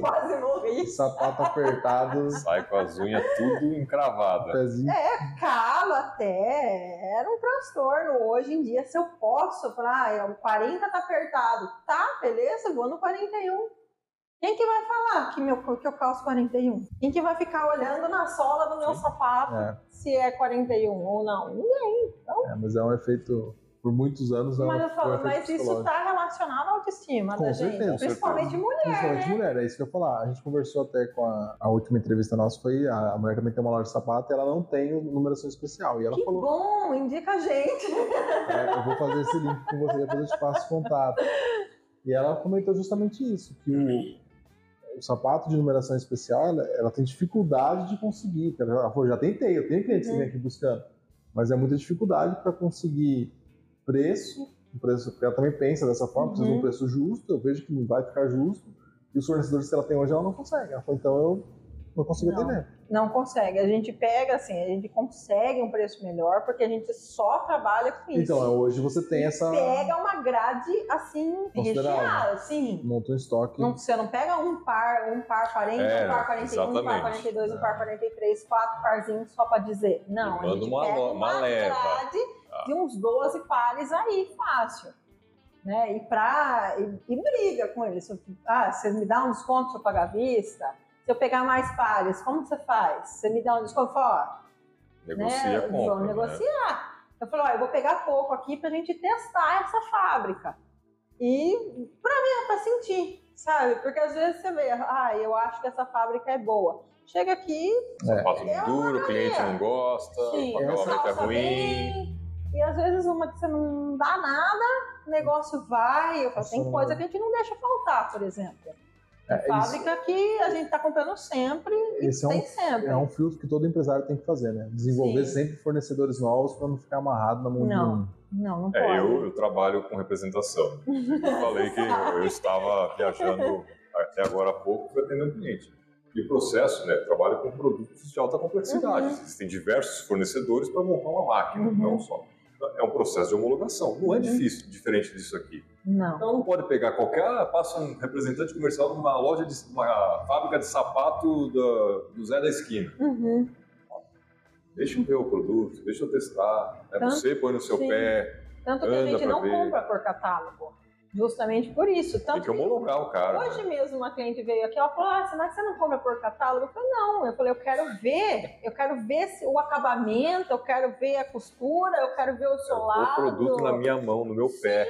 Quase morri. Sapato apertado, Sai com as unhas tudo Né, encravada. pezinho. É. calo até, era um transtorno. Hoje em dia, se eu posso falar, ah, é, o 40 tá apertado, tá, beleza, vou no 41. Quem que vai falar que, meu, que eu calço 41? Quem que vai ficar olhando na sola do meu Sim. sapato É, se é 41 ou não? Ninguém. é, mas é um efeito. Por muitos anos é um, Mas eu é um falo, efeito mas isso psicológico. tá relacionado à autoestima Com da certeza, com gente, principalmente certeza. mulher, Principalmente né? mulher, é isso que eu ia falar. A gente conversou até com a, a última entrevista nossa, foi a, a mulher também tem uma loja de sapato e ela não tem numeração especial. E ela Que falou, bom, indica a gente. É, eu vou fazer esse link com você, depois eu te passo o contato. E ela comentou justamente isso, que o, o sapato de numeração especial, ela, ela tem dificuldade de conseguir. Ela, ela falou, já tentei, eu tenho clientes que vem aqui buscando, mas é muita dificuldade para conseguir preço, um preço, porque ela também pensa dessa forma, precisa de um Uhum. preço justo, eu vejo que não vai ficar justo, e os fornecedores que ela tem hoje, ela não consegue. Ela falou, então eu não consigo Não. atender. Não consegue. A gente pega, assim, a gente consegue um preço melhor porque a gente só trabalha com isso. Então, hoje você tem essa... Pega uma grade, assim, Considerável. recheada, assim. Monta um estoque. Não, você não pega um par, um par 40, É, um par 41, um par exatamente. É. 42, um par 43, quatro parzinhos só pra dizer. Não, a Manda gente uma pega lo- uma uma leva. grade Tá. de uns 12 pares aí, fácil. Né? E, pra, e, e briga com eles. Se eu- Ah, você me dá um desconto se eu pagar à vista? Se eu pegar mais pares, como você faz? Você me dá um desconto? Fala, ó, Negocia né, a é compra. vão negociar. Eu falei, ó, eu vou pegar pouco aqui pra gente testar essa fábrica. E pra ver, pra sentir, sabe? Porque às vezes você vê, ah, eu acho que essa fábrica é boa. Chega aqui, Né? Sapato É uma duro, o cliente mania. não gosta, sim, o papel é calça ruim. bem, e às vezes uma que você não dá nada, o negócio vai. Eu falo, tem Nossa. coisa que a gente não deixa faltar, por exemplo. É, isso- fábrica que a gente tá comprando sempre e Esse é um tem sempre. É um filtro que todo empresário tem que fazer, né? Desenvolver Sim. sempre fornecedores novos para não ficar amarrado na mão de Não. um. Não, não pode. É, eu, eu trabalho com representação. Eu falei que eu, eu estava viajando até agora há pouco para atender um cliente. E o processo, né? eu Trabalho com produtos de alta complexidade. Uhum. Existem diversos fornecedores para montar uma máquina, Uhum. não só. É um processo de homologação. Não é Uhum. difícil, diferente disso aqui. Não. Então não pode pegar qualquer. Passa um representante comercial numa loja de uma fábrica de sapato da- do Zé da esquina. Uhum. Deixa eu ver o produto, deixa eu testar. É Tanto- você põe no seu sim. pé, Tanto que a Anda gente pra não ver. compra por catálogo. Justamente por isso. tem Tanto que homologar o cara. hoje né? mesmo uma cliente veio aqui, ela falou: ah, será que você não compra por catálogo? Eu falei, não, eu falei, eu quero ver, eu quero ver se o acabamento, eu quero ver a costura, eu quero ver o o solado. É um produto na minha mão, no meu pé.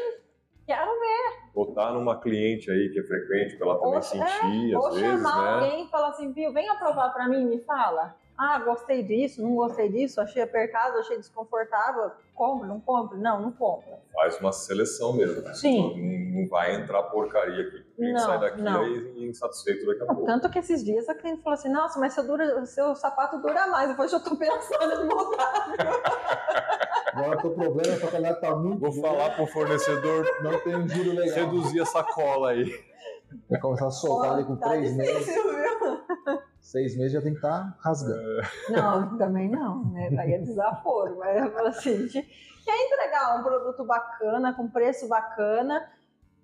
Quero ver. Botar numa cliente aí que é frequente, pra ela também Ou- é, sentir, Ou às vezes, chamar né? alguém e falar assim, viu, vem aprovar pra mim, me fala. Ah, gostei disso, não gostei disso, achei apertado, achei desconfortável. Compra, não compra? Não, não compra. Faz uma seleção mesmo. né? Sim. Não, não vai entrar porcaria aqui. O cliente Não, sai daqui não. aí insatisfeito daqui a Então, pouco. Tanto que esses dias a cliente falou assim: Nossa, mas seu, dura- seu sapato dura mais. Eu falei: Já tô pensando em mudar. Agora o problema é que a galera tá muito. Vou boa, falar pro fornecedor Não tem um giro legal. reduzir essa cola aí. Vai começar a soltar ali com Tá três meses. difícil, viu? Seis meses já tem que estar rasgando. Não, também não, né? Daí é desaforo. Mas eu falo assim: gente, quer entregar um produto bacana, com preço bacana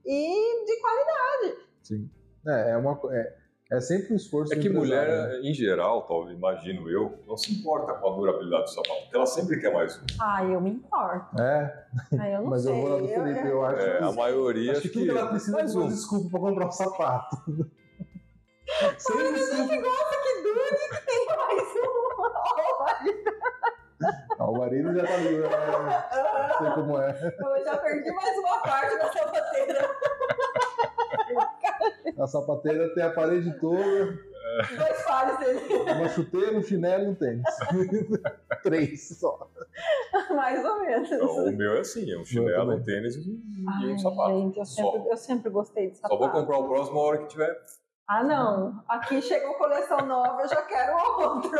e de qualidade. É, é, uma, co- é, é sempre um esforço. É do que empresário, mulher, né? em geral, talvez, imagino eu, não se importa com a durabilidade do sapato, porque ela sempre quer mais um. Ah, eu me importo. É, Ah, eu não mas sei. eu vou lá do Felipe, eu acho É, a que. maioria. Acho que tudo que ela precisa é mais de uma um. desculpa pra comprar um sapato. Sem desculpa. Que dure que tem mais um. Ah, o marido já tá livre, né? Não sei como é. Eu já perdi mais uma parte da sapateira. A sapateira tem a parede toda. Dois pares dele. Uma chuteira, um chinelo e um tênis. Três só. Mais ou menos. Então, né? o meu é assim, é um chinelo, também. um tênis e um e um Ai, sapato. Gente, eu Só. sempre, eu sempre gostei de Só sapato. vou comprar o próximo a hora que tiver. Ah, não. Aqui chegou coleção nova, eu já quero outro.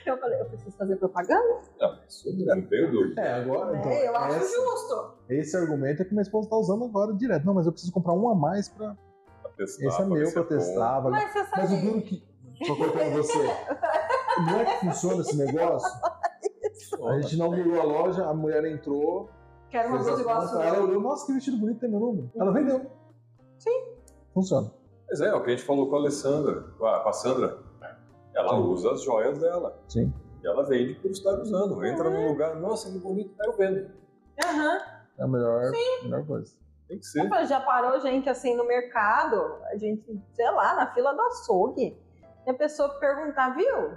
Então, Eu falei, eu preciso fazer propaganda? Não, isso eu não tenho dúvida. É, agora. Então, é, eu acho essa- justo. esse argumento é que minha esposa tá usando agora direto. Não, mas eu preciso comprar um a mais pra. Pra testar, Esse é pra ver meu se é pra testar. vale- Mas você sabe. Mas o duro que. Só cortando você. Não é que funciona esse negócio? bom. A gente inaugurou a loja, a mulher entrou, Quero uma fez coisa as igual a contas, né? sua. ela olhou, nossa, que vestido bonito tem meu nome. Ela vendeu. Sim. Funciona. Mas é, o que a gente falou com a Alessandra, com a, com a Sandra. Ela Sim. usa as joias dela. Sim. E ela vende por estar usando. Entra num lugar, nossa, que bonito, tá eu vendo. Aham. É a melhor, melhor coisa. Tem que ser. Opa, já parou gente assim no mercado, a gente, sei lá, na fila do açougue, e a pessoa perguntar, viu?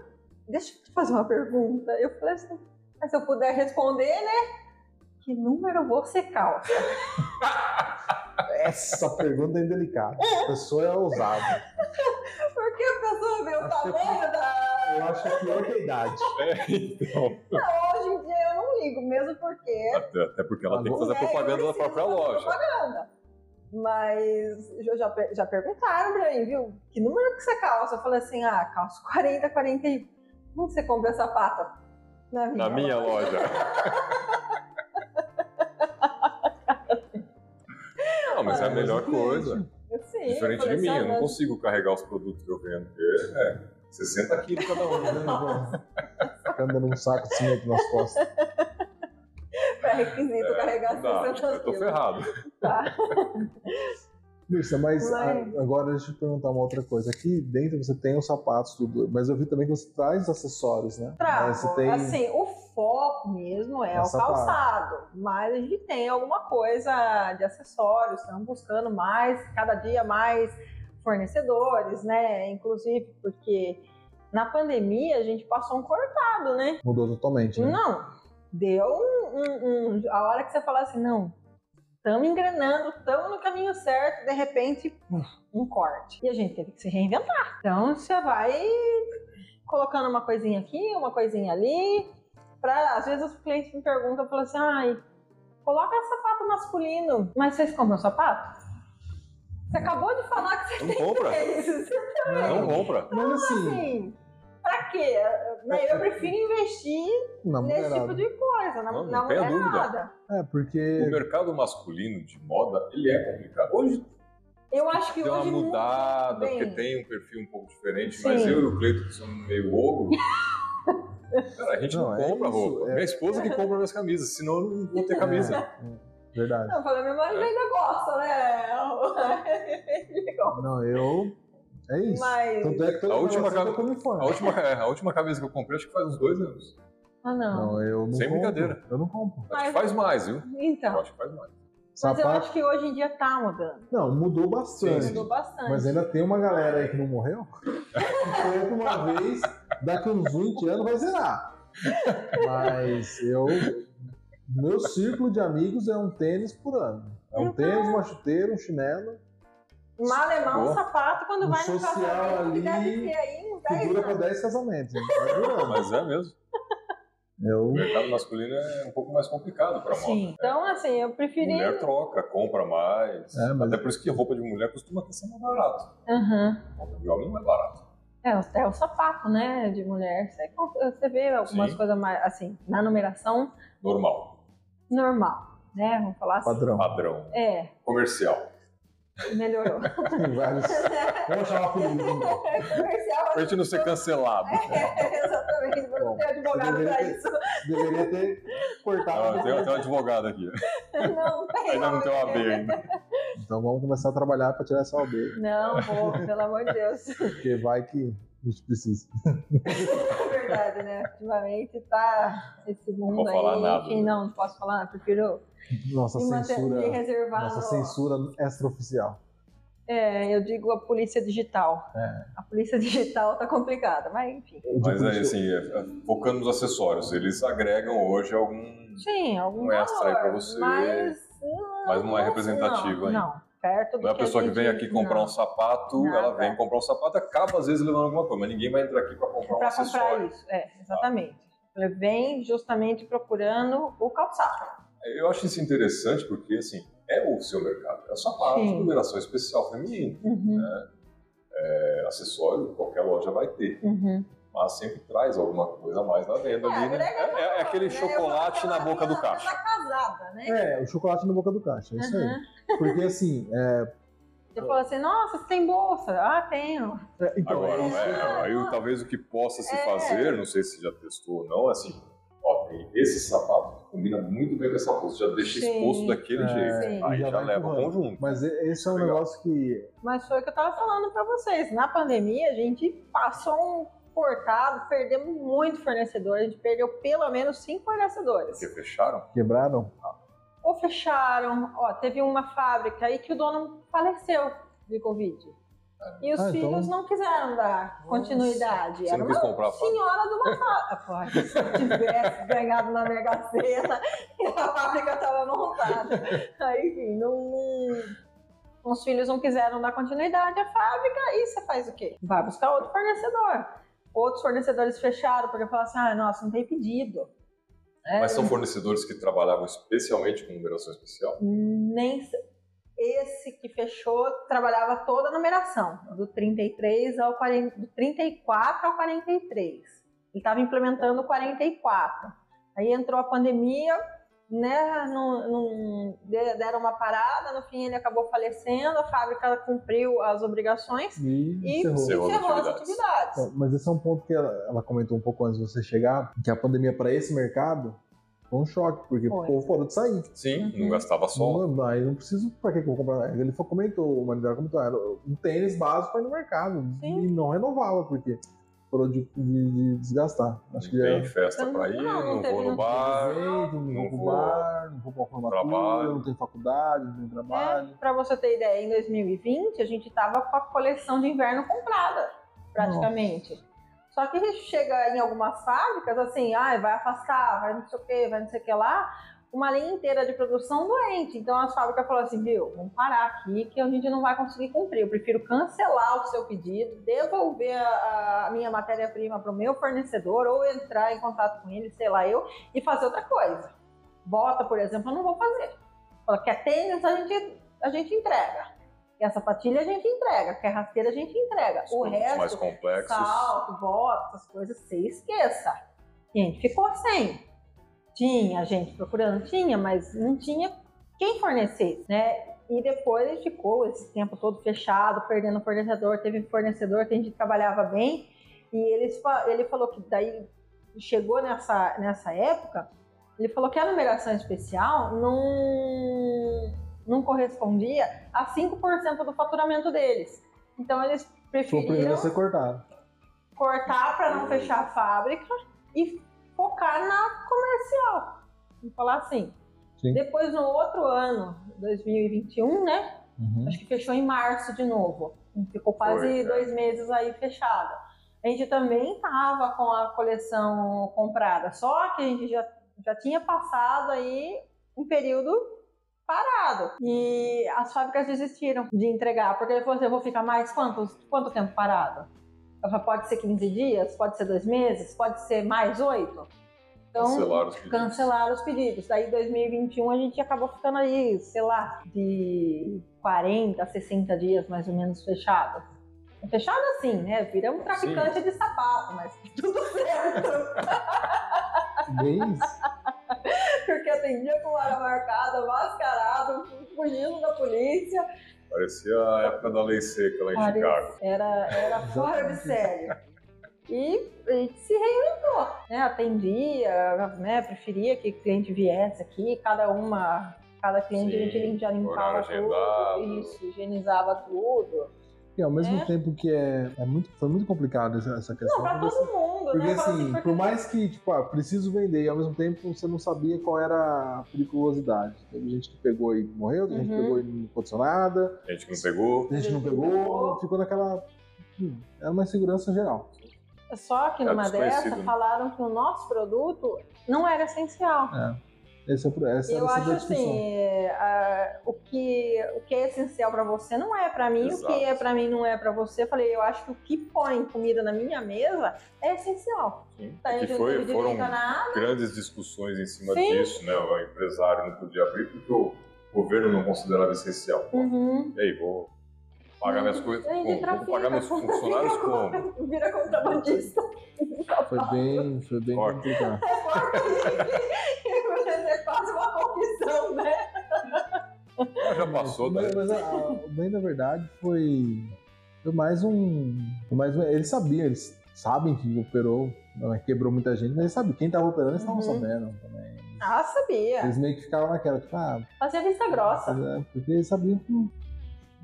Deixa eu te fazer uma pergunta. Eu falei assim, mas se eu puder responder, né? Que número você calça? Essa pergunta é delicada. A pessoa é ousada. Porque a pessoa vê o Acho que- é tamanho da. Eu acho que pior que a idade. É, então. Não, hoje em dia eu não ligo, mesmo porque Até, até porque ela tem que fazer É, eu propaganda da preciso própria fazer loja. propaganda. Mas eu já, per- já perguntaram pra mim, viu? Que número que você calça? Eu falei assim, ah, calço 40, 41. Onde um. você compra essa pata? Na Na minha. minha loja. Não, mas é a melhor coisa. Sim, Diferente de falei mim, assim, eu não ah, consigo carregar os produtos que eu vendo. porque É, 60 quilos cada um. Fica andando né? um saco de cimento nas costas. Pré-requisito É, tipo, carregar não dá, 60 eu tô quilos. ferrado. Tá. Mirça, mas Mas- a- agora deixa eu te perguntar uma outra coisa. Aqui dentro você tem os sapatos, tudo, mas eu vi também que você traz acessórios, né? Trago. Mas Você tem Assim, o foco mesmo é, É o sapato. calçado. Mas a gente tem alguma coisa de acessórios, estamos buscando mais, cada dia mais fornecedores, né? Inclusive, porque na pandemia a gente passou um cortado, né? mudou totalmente, né? Não, deu um, um- um- A hora que você fala assim, não, estamos engrenando, estamos no caminho certo, de repente, puf, um corte. E a gente teve que se reinventar. Então você vai colocando uma coisinha aqui, uma coisinha ali. Pra, às vezes os clientes me perguntam, falam assim, ai, coloca sapato masculino, mas vocês compram sapato? Você acabou de falar que Não compra, você fez isso. É. não compra. Mas assim, Assim, pra quê? Né, Eu prefiro investir na nesse tipo Tá mulherada. de coisa, na, Não, não na tenha mulherada. É, O porque mercado masculino de moda, ele é complicado. Hoje Eu acho que deu uma hoje muito mudada, bem. porque tem um perfil um pouco diferente, mas Sim. eu e o Cleiton que somos meio ogro. Cara, a gente não, Não, é compra isso, roupa. é. Minha esposa que compra minhas camisas, senão eu não vou ter camisa. É, verdade. Não, eu falei, meu marido É. ainda gosta, né? Ele gosta. Não, eu. É isso. Mas. Tanto é que todo A última relação ca- tá com uniforme. A última, é, a última camisa que eu comprei, acho que faz uns dois anos. Ah, não. tá- Não, eu não Sem compro. brincadeira. Eu não compro. Acho que Mas- faz mais, viu? Eu Então. acho que faz mais. Mas eu Sapato. acho que hoje em dia tá mudando. Não, mudou bastante. Mudou bastante. Mas ainda tem uma galera aí que não morreu. Que compra uma vez, daqui uns 20 anos vai zerar. Mas eu. Meu círculo de amigos é um tênis por ano. É um Uhum. tênis, uma chuteira, um chinelo, Malemar um Boa. sapato quando Um vai no social casamento, que ali, deve ter aí uns que 10 dura pra anos. 10 casamentos. né? Vai durando. Mas é mesmo. O Eu. mercado masculino é um pouco mais complicado pra moda. Sim. Então, assim, eu preferi. Mulher tá- troca, compra mais. É, mas- Até por isso que roupa de mulher costuma até ser mais barato. Aham. Roupa de homem não é barato. É, o- é o sapato, né? De mulher. Você, você vê algumas Sim. coisas mais, assim, na numeração Normal, normal, né? Vamos falar assim. Padrão. padrão, É, comercial. melhorou. Tem vários. Vamos chamar apelido. É Comercial, Pra gente não ser cancelado. é, exatamente. Eu Bom, não tenho advogado deveria pra ter- isso. Deveria ter cortado. Ah, tem até um advogado aqui. Não, tem. né? Ainda não tem uma homem. B ainda. Então vamos começar a trabalhar pra tirar essa OB. Não, vou, pelo amor de Deus. Porque vai que a gente precisa. É verdade, né? Ultimamente tá esse mundo Não vou falar aí. nada. né? Enfim, não, não posso falar nada. Prefiro Nossa me, manter, me censura. reservar. Nossa no- censura extraoficial. É, eu digo a polícia digital. É. A polícia digital tá complicada, mas enfim. Mas Tipo, aí, assim, é- é- focando nos acessórios, eles agregam hoje algum. Sim, algum Um extra aí pra valor, você, Mas hum, não, assim, mas não é representativo não, ainda. Não, perto do Não é a pessoa que gente- vem aqui comprar não. um sapato, Nada. ela vem comprar um sapato, acaba às vezes levando alguma coisa, mas ninguém vai entrar aqui pra comprar um para É comprar acessório. isso. É, exatamente. Ele vem justamente procurando o calçado. Eu acho isso interessante porque, assim, é o seu mercado, é o sapato, Sim. numeração especial feminina, Uhum, é, acessório, qualquer loja vai ter. uhum. mas sempre traz alguma coisa a mais na venda ali, né? É, é aquele chocolate na boca do caixa. casada, né? É, o chocolate na boca do caixa, é isso aí. Uhum. Porque assim, é, Você fala assim, nossa, você tem bolsa? Ah, tenho. é, então, Agora, é isso. é, aí talvez o que possa se É. fazer, não sei se já testou ou não, é assim, ó, tem esse sapato combina muito bem com essa bolsa. Já deixa Sim. exposto daquele É, jeito. sim. Aí Já já, vai leva empurrando. conjunto. Mas e- esse é um Legal. negócio que. Mas foi o que eu tava falando pra vocês. Na pandemia, a gente passou um cortado, perdemos muito fornecedor. A gente perdeu pelo menos cinco fornecedores. Porque fecharam? Quebraram? Ou fecharam, ó, teve uma fábrica aí que o dono faleceu de Covid. E os Ah, então- filhos não quiseram dar continuidade. Você Era não uma quis comprar a fábrica? senhora de uma fábrica. Pô, se eu tivesse ganhado na Mega Sena e a fábrica estava montada. Aí, enfim, não, não- os filhos não quiseram dar continuidade à fábrica e você faz o quê? Vai buscar outro fornecedor. Outros fornecedores fecharam porque falaram assim, ah, nossa, não tem pedido. É, Mas são fornecedores que trabalhavam especialmente com numeração especial. nem se- esse que fechou trabalhava toda a numeração, do 33 ao 40, do 34 ao 43. Ele estava implementando o 44. Aí entrou a pandemia, né, não- não- de- deram uma parada, no fim ele acabou falecendo, a fábrica cumpriu as obrigações E, e encerrou. Encerrou as encerrou as atividades. atividades. Então, Mas esse é um ponto que ela, ela comentou um pouco antes de você chegar, que a pandemia para esse mercado foi um choque, porque Foi. o povo parou de sair. Sim, Uhum. não gastava sol. Não, aí não preciso, pra que que eu vou comprar? Ele foi- comentou, o Manidara comentou, era um tênis básico pra ir no mercado. Sim. E não renovava, porque parou de, de- de desgastar. Acho que não já tem festa Então, pra ir, não, não não, teve vou no um bar. jeito, não não vou. vou pro bar, não vou pra formatura, Trabalho. não tem faculdade, não tem trabalho. Para Né? você ter ideia, em 2020 a gente estava com a coleção de inverno comprada, praticamente. Só que a gente chega em algumas fábricas assim, ai, vai afastar, vai não sei o que, vai não sei o que lá, uma linha inteira de produção doente. Então as fábricas falaram assim, viu, vamos parar aqui que a gente não vai conseguir cumprir. Eu prefiro cancelar o seu pedido, devolver a, a minha matéria-prima para o meu fornecedor ou entrar em contato com ele, sei lá eu, e fazer outra coisa. Bota, por exemplo, eu não vou fazer. Fala, quer tênis, a gente, a gente entrega. Quer sapatilha, a gente entrega. Quer rasteira, a gente entrega. Os O produtos resto, mais complexos. salto, bota, essas coisas, você esqueça. Gente, ficou sem. Tinha gente procurando, tinha, mas não tinha quem fornecesse, né? E depois ele ficou esse tempo todo fechado, perdendo fornecedor. Teve fornecedor que a gente trabalhava bem e eles, fa- ele falou que daí chegou nessa, nessa época, ele falou que a numeração especial não, não correspondia a 5% do faturamento deles. Então eles Foi o primeiro preferiram a ser cortado. cortar para não fechar a fábrica e focar na comercial. E falar assim. Sim. Depois, no outro ano, 2021, né? Uhum. Acho que fechou em março de novo. Ficou quase Foi, é. dois meses aí fechado. A gente também estava com a coleção comprada, só que a gente já, já tinha passado aí um período parado. E as fábricas desistiram de entregar, porque ele falou assim, eu vou ficar mais quantos, quanto tempo parado? Eu falei, pode ser 15 dias, pode ser dois meses, pode ser mais oito. Então, Cancelaram os pedidos. cancelaram os pedidos. Daí, em 2021, a gente acabou ficando aí, sei lá, de 40, 60 dias mais ou menos fechado. Fechado assim, né? Viramos traficante de sapato, mas tudo certo. Bem é isso. Porque atendia com hora marcada, mascarado, fugindo da polícia. Parecia a época da lei seca lá em Parecia. Chicago. Era, era fora de série. E a gente se reinventou, né? Atendia, né? Preferia que cliente viesse aqui, cada uma, cada cliente a Sim, gente já horário limpava agendado. tudo, isso, higienizava tudo. E ao mesmo É. tempo que é, é muito, foi muito complicado essa, essa questão. Não, pra porque todo mundo, Porque né? Fala assim, assim, porque- por mais que, tipo, ah, preciso vender, e ao mesmo tempo você não sabia qual era a periculosidade. Teve gente que pegou e morreu, teve gente que Uhum. pegou e não aconteceu nada, Gente que não pegou. teve gente que não Gente que pegou, pegou. ficou naquela. hum, Era uma insegurança geral. Só que Era numa desconhecido, dessa né? falaram que o nosso produto não era essencial. Esse é, o pro- essa Eu essa acho é a discussão. assim, é, a- o, que, o que é essencial pra você não é pra mim, o Exato. que é pra mim não é pra você. Eu falei, eu acho que o que põe comida na minha mesa é essencial. Sim. É Tá que gente não foi, tem foram direito a nada. grandes discussões em cima Sim. disso, né? O empresário não podia abrir porque o governo não considerava essencial. Pô, Uhum. E aí, vou pagar minhas coisas Aí como? Vou trafica, pagar meus trafica, funcionários como? Vira contrabandista. Foi bem, foi bem Corta. complicado. é quase uma confissão, né? Ah, Já passou, né? Mas, mas a- a- bem, na verdade, foi, foi mais um. foi mais um- eles sabiam, eles sabem que operou Ela quebrou muita gente, mas sabe, quem tava operando eles estavam Uhum. sabendo também. Ah, sabia. Eles meio que ficavam naquela, tipo, ah, Fazia vista grossa. mas é porque eles sabiam que-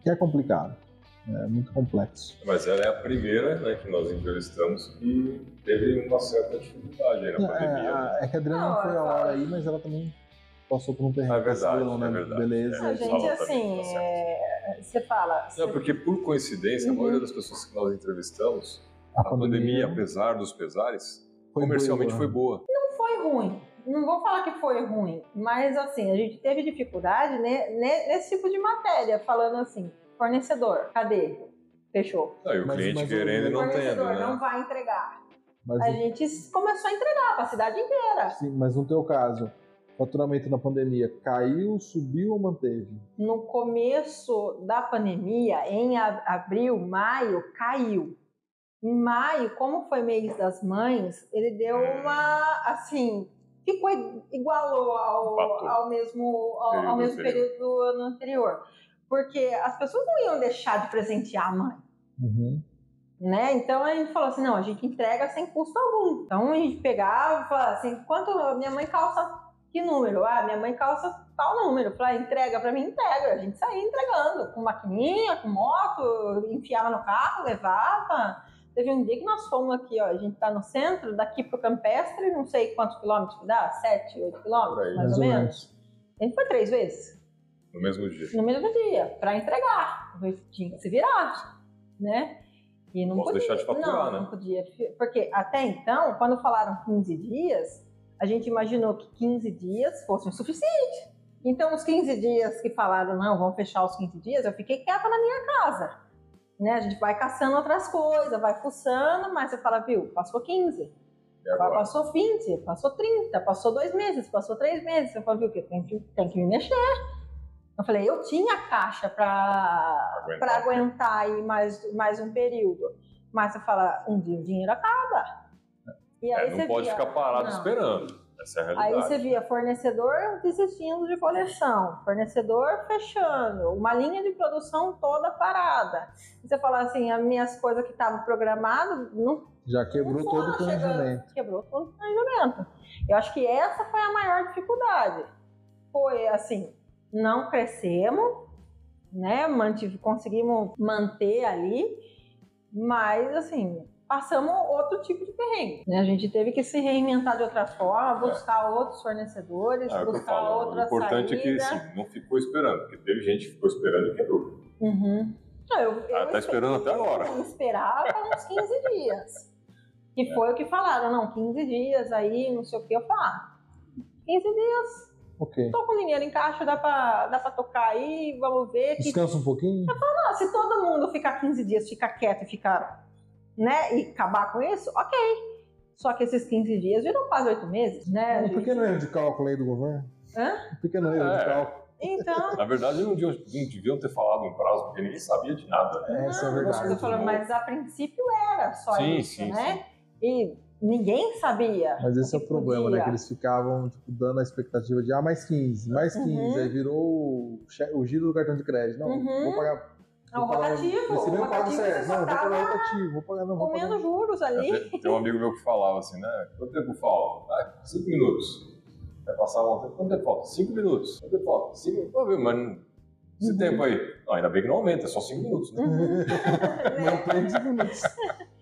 que é complicado. É muito complexo. Mas ela é a primeira né, que nós entrevistamos que teve uma certa dificuldade aí na pandemia. né? É, é que a Adriana Não, não foi ela a fala- hora aí, mas ela também passou por um perrengue. É verdade, Passou, né? é verdade. Beleza. A É, gente, falou assim, também, tá certo. é, você fala. Não, porque por coincidência, Uhum. a maioria das pessoas que nós entrevistamos, A, é. a pandemia, apesar dos pesares, foi comercialmente boa. né, foi boa. foi ruim. Não vou falar que foi ruim, mas assim, a gente teve dificuldade né, né- nesse tipo de matéria, falando assim, fornecedor, cadê? Fechou. Não, e o Mas- cliente mas o- querendo e não tendo, fornecedor não né? vai entregar. Mas, A gente começou a entregar pra cidade inteira. sim, mas no teu caso, faturamento na pandemia caiu, subiu ou manteve? No começo da pandemia, em a- abril, maio, caiu. Em maio, como foi mês das mães, ele deu Hum. uma assim, ficou i- igualou ao, Empatou. ao mesmo ao, ao Período mesmo anterior. período do ano anterior, porque as pessoas não iam deixar de presentear a mãe. Uhum. Né? Então a gente falou assim: não, a gente entrega sem custo algum. Então a gente pegava assim: quanto minha mãe calça que número? Ah, minha mãe calça tal número. Falei, ah, entrega pra mim, entrega. A gente saía entregando com maquininha, com moto, enfiava no carro, levava. Teve um dia que nós fomos aqui, ó, a gente tá no centro, daqui pro Campestre, não sei quantos quilômetros que dá, 7, 8 Por quilômetros, aí. mais, ou menos. A gente foi três vezes No mesmo dia. no mesmo dia para entregar. Tinha que se virar, né? E não Posso podia, deixar de faturar, não, né? Não podia, porque até então, quando falaram 15 dias, a gente imaginou que 15 dias fossem o suficiente. Então, os 15 dias que falaram, não, vamos fechar os 15 dias, eu fiquei quieta na minha casa. Né? A gente vai caçando outras coisas, vai fuçando, mas você fala, viu, passou 15. E agora? Passou 20, passou 30, passou dois meses, passou três meses. Eu falei, viu, que tem que, tem que me mexer. Eu falei, eu tinha caixa para Aguentar. aguentar. aguentar aí mais, mais um período. Mas você fala, um dia o dinheiro acaba. E É, aí você não pode via- ficar parado não. esperando. Essa é a realidade. Aí você via fornecedor desistindo de coleção, fornecedor fechando, uma linha de produção toda parada. E você fala assim, as minhas coisas que estavam programadas não Já não quebrou todo o foram chegando. planejamento. Quebrou todo o planejamento. Eu acho que essa foi a maior dificuldade. Foi assim, não crescemos, né? Mantive, conseguimos manter ali, mas assim, passamos outro tipo de perrengue. né? A gente teve que se reinventar de outra forma, buscar outros fornecedores, É o que eu buscar falo. O outra importante é saída. que assim, não ficou esperando, porque teve gente que ficou esperando e quebrou. Uhum. Não, eu- Ah, eu tá esperando até agora. Eu esperava uns 15 dias. É. E foi o que falaram, não, 15 dias aí, não sei o que. Eu falei, ah, 15 dias, Ok. tô com dinheiro em caixa, dá pra, dá pra tocar aí, vamos ver. Que... Descansa um pouquinho. Não, se todo mundo ficar 15 dias, ficar quieto e ficar, né, e acabar com isso, ok. Só que esses 15 dias viram quase 8 meses, né? Um gente? pequeno erro de cálculo aí do governo. Hã? Um pequeno erro É. de cálculo. Então, Na verdade, não deviam, não deviam ter falado um prazo, porque ninguém sabia de nada. Né? Essa é a Não, verdade. eu tô falando, mas a princípio era só Sim, isso, sim, né? E ninguém sabia. Mas esse é o que problema, podia. né? Que eles ficavam tipo, dando a expectativa de ah, mais 15, mais 15. Uhum. Aí virou o, che- o giro do cartão de crédito. Não, Uhum. vou pagar. É o vou pagar- rotativo, Então, Esse o mesmo pago rotativo você certo. só Não, vou pagar o tava rotativo. Vou pagar, não, vou pagar. comendo juros ali. Tem- Tem um amigo meu que falava assim, né? Quanto tempo falta? Ah, cinco minutos. Aí passava um tempo, quanto tempo falta? Cinco minutos. Quanto tempo falta? Cinco minutos. Pô, viu, mas não- esse Uhum. tempo aí. Não, ainda bem que não aumenta, é só cinco minutos, Uhum. né? Não tem cinco minutos.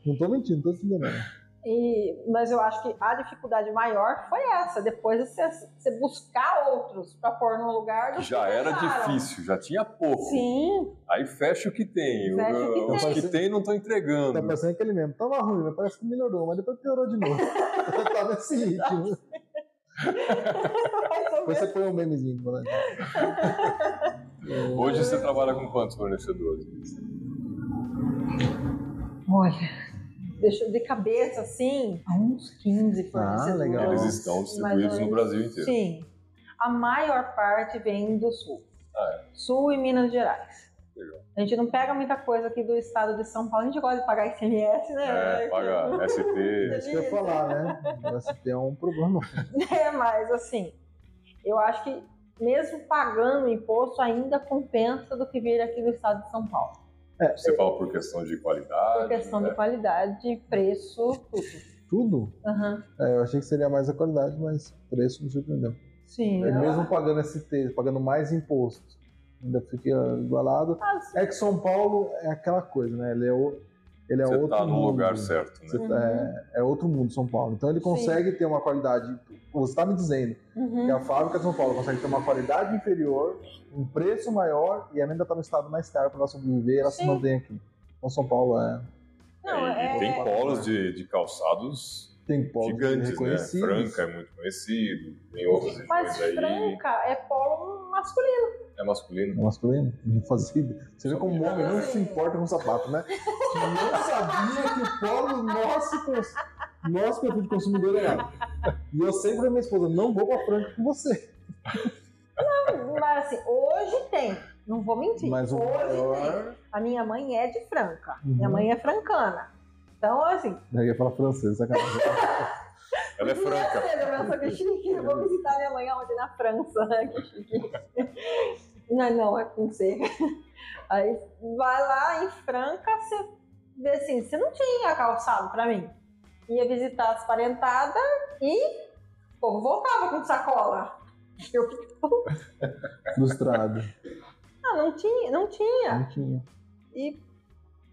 Não tô mentindo, tô se enganando. E- mas eu acho que a dificuldade maior foi essa. Depois você, você buscar outros para pôr no lugar do Já que era fecharam. difícil, já tinha pouco. Sim, Aí fecha o que tem. Fecha o que Eu- Os tem. que tem não estão Tá entregando. parecendo aquele mesmo. Tava ruim, mas parece que melhorou, mas depois piorou de novo. tá nesse ritmo. mais ou Depois menos. você põe um memezinho. Né? Hoje você trabalha com quantos fornecedores? Olha, deixa eu de cabeça assim, a uns 15 fornecedores. Ah, legal. Eles Nossa. estão Mais distribuídos ou no menos. Brasil inteiro. Sim. A maior parte vem do sul. Ah, Sul e Minas Gerais. Legal. A gente não pega muita coisa aqui do estado de São Paulo, a gente gosta de pagar ICMS, né? É, paga ST. É isso que eu ia falar, né? Parece que tem um problema. É, mas assim, eu acho que mesmo pagando imposto ainda compensa do que vir aqui do estado de São Paulo. É, Você fala por questão de qualidade. Por questão né? de qualidade, preço, tudo. tudo, Aham. é, eu achei que seria mais a qualidade, mas o preço me surpreendeu. Sim. É, mesmo pagando ST, pagando mais imposto, ainda fica igualado. Ah, sim. É que São Paulo é aquela coisa, né? Ele é, o, ele é Você outro tá no mundo. lugar certo, né? Você tá- é, é outro mundo São Paulo. Então ele Sim. consegue ter uma qualidade. Você está me dizendo Uhum. que a fábrica de São Paulo consegue ter uma qualidade inferior, um preço maior e ela ainda está no estado mais caro para ela sobreviver e ela se Sim. mantém aqui. Então São Paulo é, Não, e, e é- tem polos de, de calçados tem polos gigantes, né? reconhecidos. Franca é muito conhecido, tem outras Mas regiões aí. franca é polo masculino. É masculino. É masculino? Não fazia ideia. Você vê como o homem não se importa com sapato, né? Não sabia que o polo nosso, cons- nosso perfil de consumidor era. E eu sempre falei pra minha esposa, não vou pra Franca com você. Mas assim, hoje tem. Não vou mentir. Mas o hoje tem. maior... A minha mãe é de Franca. Uhum. Minha mãe é francana. Então, assim. Eu ia falar francês, sacanagem. Ela é franca. Não, não, não, só que é chique. Eu vou visitar minha mãe onde? Na França. né? Que chique. Não, não, é com C. Aí vai lá em Franca, você vê assim, você não tinha calçado pra mim. Ia visitar as parentadas e o povo voltava com sacola. Eu, Frustrado. ah, não tinha, não tinha. Não tinha. E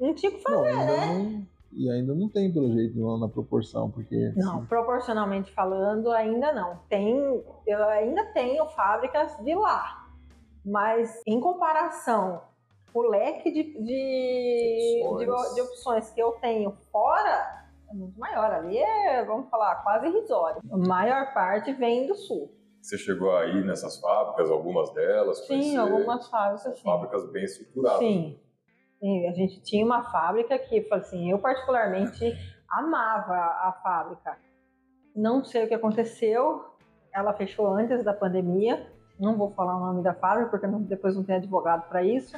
não tinha o que fazer. né? Não, ainda não... E ainda não tem pelo jeito não, na proporção, porque... Não, proporcionalmente falando, ainda não. Tem, eu ainda tenho fábricas de lá, mas em comparação, o leque de, de, de- Opções. de opções que eu tenho fora é muito maior. Ali é, vamos falar, quase irrisório. A maior parte vem do sul. Você chegou aí nessas fábricas, algumas delas? Sim, conhecer algumas fábricas sim. Fábricas bem estruturadas. Sim. Sim, A gente tinha uma fábrica que, fala assim, eu particularmente amava a fábrica. Não sei o que aconteceu, ela fechou antes da pandemia. Não vou falar o nome da fábrica, porque não- depois não tem advogado para isso.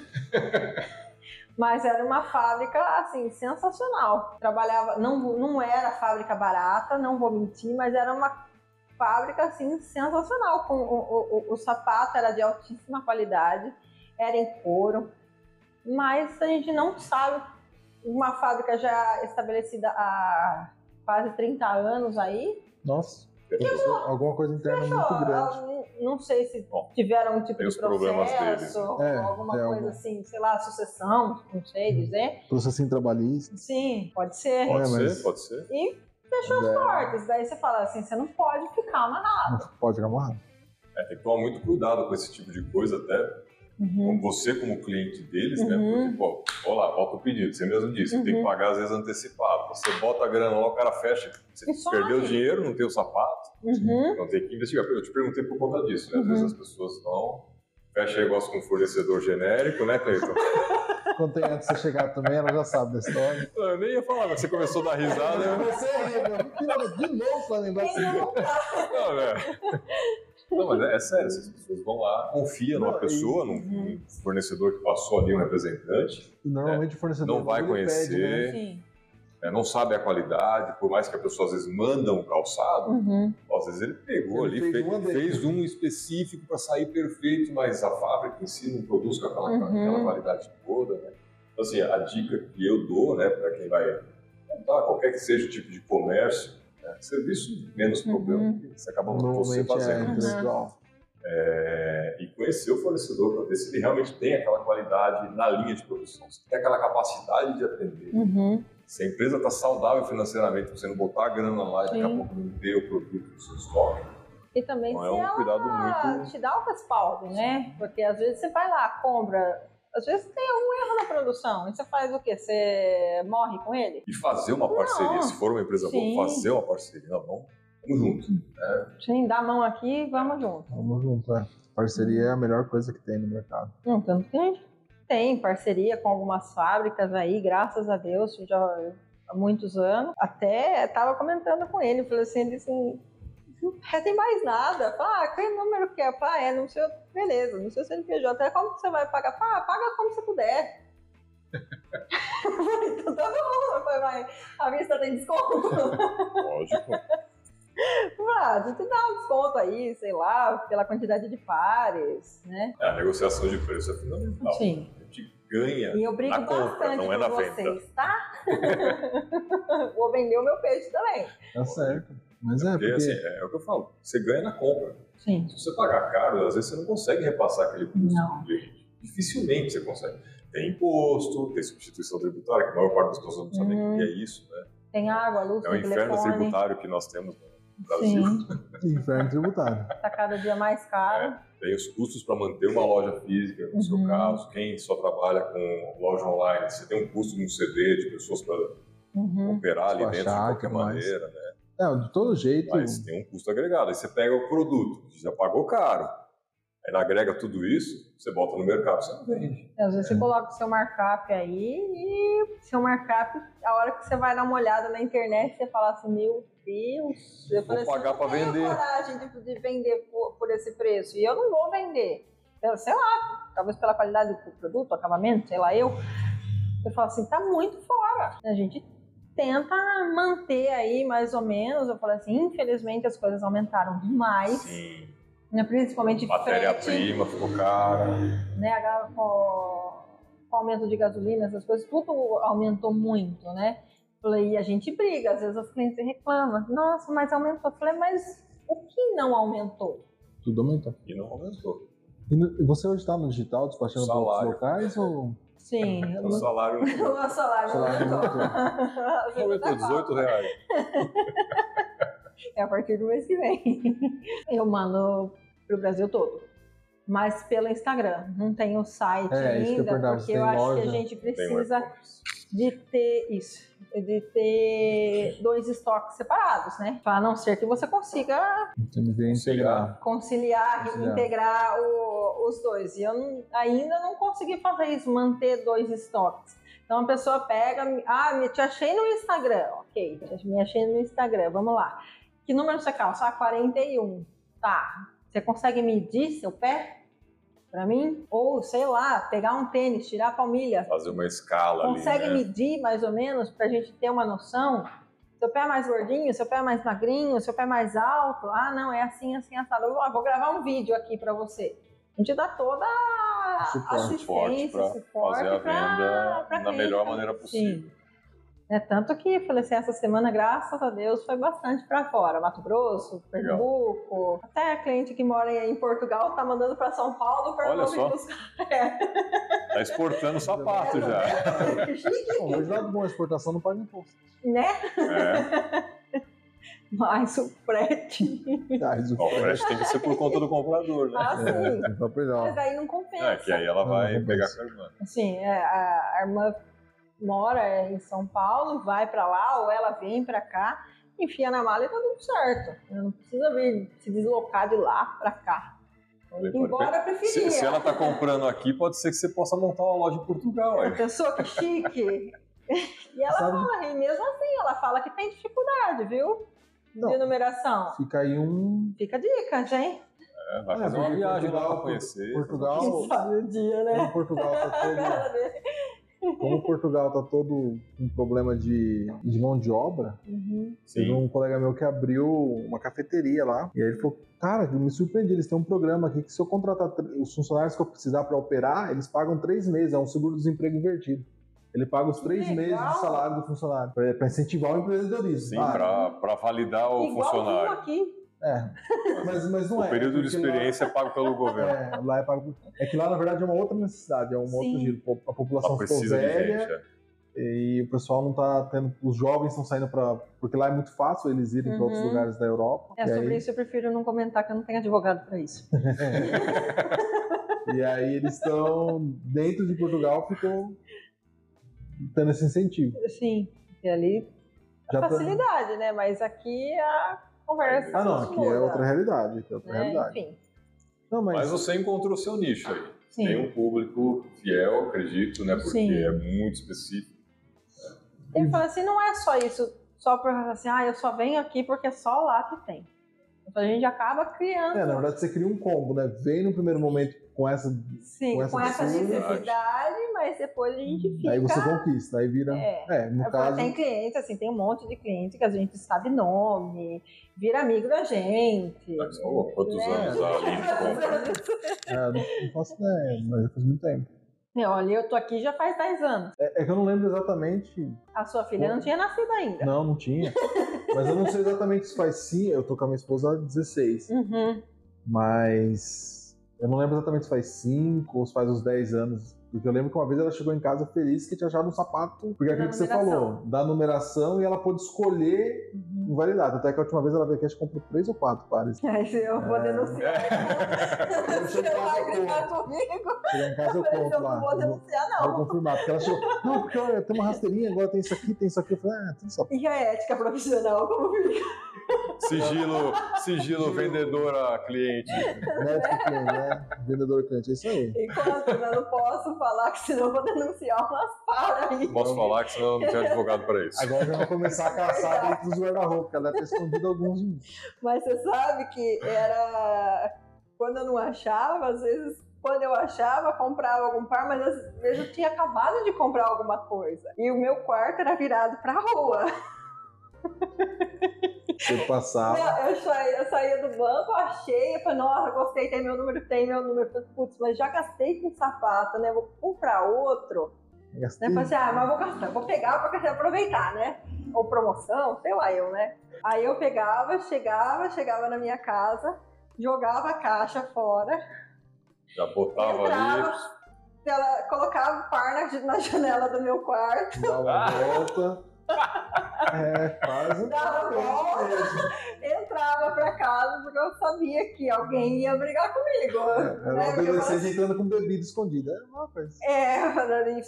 Mas era uma fábrica, assim, sensacional. Trabalhava, não, não era fábrica barata, não vou mentir, mas era uma fábrica, assim, sensacional. Com, o, o- o- o sapato era de altíssima qualidade, era em couro mas a gente não sabe. Uma fábrica já estabelecida há quase 30 anos aí. ah, Nossa, Tem alguma coisa interna É muito grande. Não, não sei se Bom, tiveram um tipo tem de os problemas deles. processo, ou É, alguma é coisa algum. assim, sei lá, sucessão, não sei dizer. Processinho trabalhista. Sim, pode ser. Pode É, ser, mas- pode ser. E fechou as É. portas. Daí você fala assim, você não pode ficar na nave. Pode acabar? É, tem que tomar muito cuidado com esse tipo de coisa, até como você como cliente deles, né? Uhum. Porque, pô, olha lá, volta o pedido, você mesmo disse, Uhum. tem que pagar às vezes antecipado. Você bota a grana lá, o cara fecha, você E some. perdeu o dinheiro, não tem o sapato, Uhum. então tem que investigar. Eu te perguntei por conta disso, né? Às Uhum. vezes as pessoas não... Fecha negócio com um fornecedor genérico, né, Cleiton? Quando tem antes de você chegar também, ela já sabe da história. Eu nem ia falar, mas você começou a dar risada. eu- Você ri, meu. De novo pra lembrar. Ainda não tá. Não, né? Não, mas é, é sério, essas pessoas vão lá, confia numa Não, pessoa, num, Uhum. num fornecedor que passou ali, um representante, E Normalmente o fornecedor não vai ele pede, né? conhecer, Sim. né, não sabe a qualidade, por mais que a pessoa às vezes manda um calçado, Uhum. às vezes ele pegou Ele ali, fez fe- uma fez, dele. um específico para sair perfeito, mas a fábrica em si não produz com aquela, com Uhum. aquela qualidade toda, né? Então, assim, a dica que eu dou, né, para quem vai montar qualquer que seja o tipo de comércio, né, serviço menos Uhum. problema, porque você acaba você Normalmente é fazendo, né? individual. É, e conhecer o fornecedor para ver se ele realmente tem aquela qualidade na linha de produção, se tem aquela capacidade de atender. Uhum. Se a empresa está saudável financeiramente, você não botar a grana lá e daqui a Sim. pouco não ter o produto no seu estoque. E também Então se é um ela cuidado muito. Ah, te dá o respaldo, né? Porque às vezes você vai lá, compra, às vezes tem algum erro na produção. E você faz o quê? Você morre com ele? E fazer uma parceria, se for uma empresa Sim. boa, fazer uma parceria. Não, não. Vamos juntos. Sim, dá a mão aqui e vamos junto. Vamos junto, é. Parceria é a melhor coisa que tem no mercado. Não, tanto que a gente tem parceria com algumas fábricas aí, graças a Deus, já há muitos anos. Até estava comentando com ele, falei assim, ele assim, não pedem mais nada. Fala, ah, que número que é? Fala, ah, é no seu, beleza, no seu CNPJ. É como que você vai pagar? Fala, ah, paga como você puder. Eu falei, então tá bom, Eu falei, mas a vista tem desconto. Lógico. Ah, a gente dá um desconto aí, sei lá, pela quantidade de pares, né? É, a negociação de preço é fundamental. Sim. A gente ganha. E eu brigo Na compra, bastante não é com na vocês, tá? Vou vender o meu peixe também. Tá certo. Mas é, Porque, porque. assim, é, o que eu falo, você ganha na compra. Sim. Se você pagar caro, às vezes você não consegue repassar aquele custo Não. pro cliente. Dificilmente você consegue. Tem imposto, tem substituição tributária, que a maior parte das pessoas não sabe nem Hum. o que é isso, né? Tem água, luz, É o tem inferno telefone. tributário que nós temos no Brasil. Sim, né? Inferno tributário. tá cada dia mais caro. Tem os custos para manter uma loja física, no seu Uhum. caso, quem só trabalha com loja online, você tem um custo de um CD de pessoas para Uhum. operar ali dentro de Despachar, qualquer tudo mais. maneira, né? É, de todo jeito. mas tem um custo agregado. Aí você pega o produto, que já pagou caro, aí ele agrega tudo isso, você bota no mercado, você não vende. Então, Às vezes você coloca o seu markup aí e seu markup, a hora que você vai dar uma olhada na internet, você fala assim, meu Deus, eu Vou falei assim, pagar para tenho vender. coragem de, de vender por, por esse preço. E eu não vou vender. Eu, sei lá, talvez pela qualidade do produto, acabamento, sei lá eu. Eu falo assim, tá muito fora. A gente tenta manter aí mais ou menos. Eu falo assim, infelizmente as coisas aumentaram demais. Sim, Né? Principalmente frete, matéria-prima ficou cara. né? Agora com, com o aumento de gasolina, essas coisas, tudo aumentou muito, né? Falei, e a gente briga, às vezes os clientes reclamam, nossa, mas aumentou. Eu Falei, mas o que não aumentou? Tudo aumentou. E não aumentou. E no- e você hoje está no digital, despachando para outros Salário. locais ou. Sim, Então, O salário não o nosso salário Sei lá, aumentou. aumentou. tá aumentou, 18 reais. É a partir do mês que vem. Eu mando pro Brasil todo. Mas pelo Instagram. Não tem o site É, isso que eu ainda, perguntava, porque se eu tem acho que a loja. gente Tem precisa mais. de ter isso, de ter dois estoques separados, né? A não ser que você consiga Você me vê conciliar, integrar. Conciliar. integrar o- os dois. E eu não- ainda não consegui fazer isso, manter dois estoques. Então a pessoa pega, ah, me te achei no Instagram, ok, te- me achei no Instagram, vamos lá. Que número você calça? Ah, 41. Tá. Você consegue medir seu pé? Pra mim? Ou, sei lá, pegar um tênis, tirar a palmilha, Fazer uma escala consegue ali, né? medir mais ou menos para a gente ter uma noção? Seu pé é mais gordinho, seu pé é mais magrinho, seu pé é mais alto. Ah, não, é assim, assim, assado. Ó, vou gravar um vídeo aqui para você. A gente dá toda a Suporte, assistência, pra suporte fazer a pra- venda pra da cliente. melhor maneira possível. Sim. Né, tanto que, eu falei assim, essa semana, graças a Deus, foi bastante para fora. Mato Grosso, Legal. Pernambuco. Até a cliente que mora em Portugal tá mandando para São Paulo para Olha não vir só. buscar. Tá exportando sapato já. Que chique, Bom, mas lado bom, a exportação não paga imposto. né? É. Mas o frete. Mas o Bom, o frete né? tem que ser por conta do comprador, né? Ah, sim. É, só pra ele, ó. Mas aí não É, que compensa. aí ela vai Ah, pegar mas- com a irmã. Assim, é, a, a irmã mora é, em São Paulo, vai pra lá, ou ela vem pra cá, enfia na mala e tá tudo certo. Ela Não precisa vir se deslocar de lá pra cá. Olha, pode Embora eu Se, preferia. se um ela tá comprando aqui, pode ser que você possa montar uma loja em Portugal. A Aí. É pessoa que chique. E ela Sabe- fala, e mesmo assim, ela fala que tem dificuldade, viu? De Não, numeração. fica aí um. Fica a dica, gente. É, vai É, fazer uma porque viagem lá pra Portugal- conhecer. Portugal- Quem sabe o dia, né? Como Portugal tá A todo. cara dele. Como Portugal tá todo com problema de, de mão de obra, Uhum. teve Sim. um colega meu que abriu uma cafeteria lá. E aí ele falou: Cara, eu me surpreendi, eles têm um programa aqui que se eu contratar tr- os funcionários que eu precisar pra operar, eles pagam três meses, é um seguro-desemprego invertido. Ele paga os três Legal. meses de salário do funcionário, pra pra incentivar o empreendedorismo. um- Sim, Ah, pra, pra validar o Igualzinho funcionário. aqui. É, mas, mas não é. O período de porque lá- experiência é pago pelo governo. É, lá é, pago- é que lá, na verdade, é uma outra necessidade, é um Sim. outro giro. Po- A população Só ficou Ah, precisa de velha gente. é. e o pessoal não tá tendo. Os jovens estão saindo pra. Porque lá é muito fácil eles irem pra outros Uhum. lugares da Europa. É, e, sobre aí, isso eu prefiro não comentar que eu não tenho advogado pra isso. e aí eles estão. Dentro de Portugal ficam tendo esse incentivo. Sim, e Assim, ali Já tá- facilidade, né? Mas aqui a conversa Ah, não, muda, aqui é outra realidade. Aqui é outra né? realidade. Enfim, Não, mas. Mas você encontrou seu nicho aí. sim. Tem um público fiel, acredito, né? Porque Sim. é muito específico. um- Ele fala assim, não é só isso, só por assim, ah, eu só venho aqui porque é só lá que tem. Então a gente acaba criando, É, na verdade, você cria um combo, né? Vem no primeiro momento com essa. sim, com com essa essa possibilidade. necessidade, mas depois a gente fica... Aí você conquista, aí vira. É. É, no Eu falo, caso. Tem cliente, assim, tem um monte de cliente que a gente sabe nome, vira amigo da gente. Mas, pô, né? quantos né? anos a Aline compra? É, não faço ideia, mas já faz muito tempo. É, Olha, eu tô aqui já faz 10 anos. É, é que eu não lembro exatamente. A sua filha não tinha nascido ainda. Não, não tinha. Mas eu não sei exatamente se faz sim. Eu tô com a minha esposa há 16. Uhum. Mas eu não lembro exatamente se faz 5 ou se faz uns 10 anos. Porque eu lembro que uma vez ela chegou em casa feliz que tinha achado um sapato. Porque é Da aquilo que você numeração. falou, da numeração, e ela pôde escolher Uhum. invalidar. Até que a última vez ela veio aqui, acho que comprou 3 ou 4 pares. Aí eu vou É. denunciar. Você Eu vai vou- gritar comigo? Chegar em casa eu Mas compro eu não lá. vou Eu vou- denunciar, Vou não. confirmar, porque ela chegou. Não, porque olha, tem uma rasteirinha, agora tem isso aqui, tem isso aqui. Eu falei, ah, tem isso aqui. E a ética profissional, como fica? Sigilo, sigilo vendedora, cliente. Médico cliente, né? Vendedor cliente, é isso aí. Enquanto eu não posso falar, que senão eu vou denunciar umas para aí. Posso falar que senão eu não tenho advogado pra isso. Agora já vai começar a caçar dentro dos guarda-roupa, ela deve ter escondido alguns. Mas você sabe que era. Quando eu não achava, às vezes. Quando eu achava, comprava algum par, mas às vezes eu tinha acabado de comprar alguma coisa. E o meu quarto era virado pra rua. Você passava. Não, eu, saía, eu saía do banco, achei, eu falei, nossa, gostei, tem meu número, tem meu número. Eu falei, Putz, mas já gastei com sapato, né? Vou comprar outro. Né? Gastei. Eu Falei assim, ah, mas vou gastar, vou pegar pra gastar, aproveitar, né? Ou promoção, sei lá eu, né? Aí eu pegava, chegava, chegava na minha casa, jogava a caixa fora, Já botava ali. entrava, ela colocava o par na, na janela do meu quarto, Dá uma volta. É, quase. Dá uma volta. entrava pra casa, porque eu sabia que alguém ia brigar comigo. né? Era uma Porque eu falava, adolescente entrando com bebida escondida. É, rapaz. É, eu falava, eu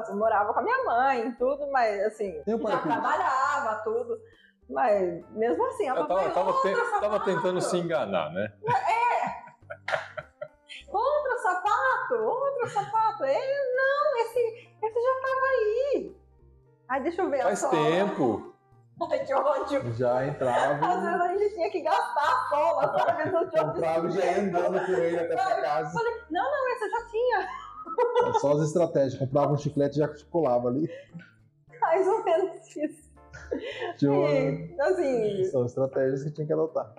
assim, morava com a minha mãe, tudo, mas assim, Tem um já paraquedas. trabalhava, tudo. Mas mesmo assim, ela Eu falou, tava, tava, te- "Outra tava tentando sapato, se enganar, né? Outro sapato, outro sapato. É, não, esse, esse já tava aí. Aí deixa eu ver a Faz sola. tempo. Ai, que ódio. Já Às entrava. vezes a gente tinha que gastar a sola, sabe? Não tinha Comprava e já ia andando com ele até pra casa. Não, esse eu já tinha. Só as estratégias. Comprava um chiclete e já colava ali. Mais ou menos isso. Tinha uma- E, assim, São estratégias que tinha que adotar.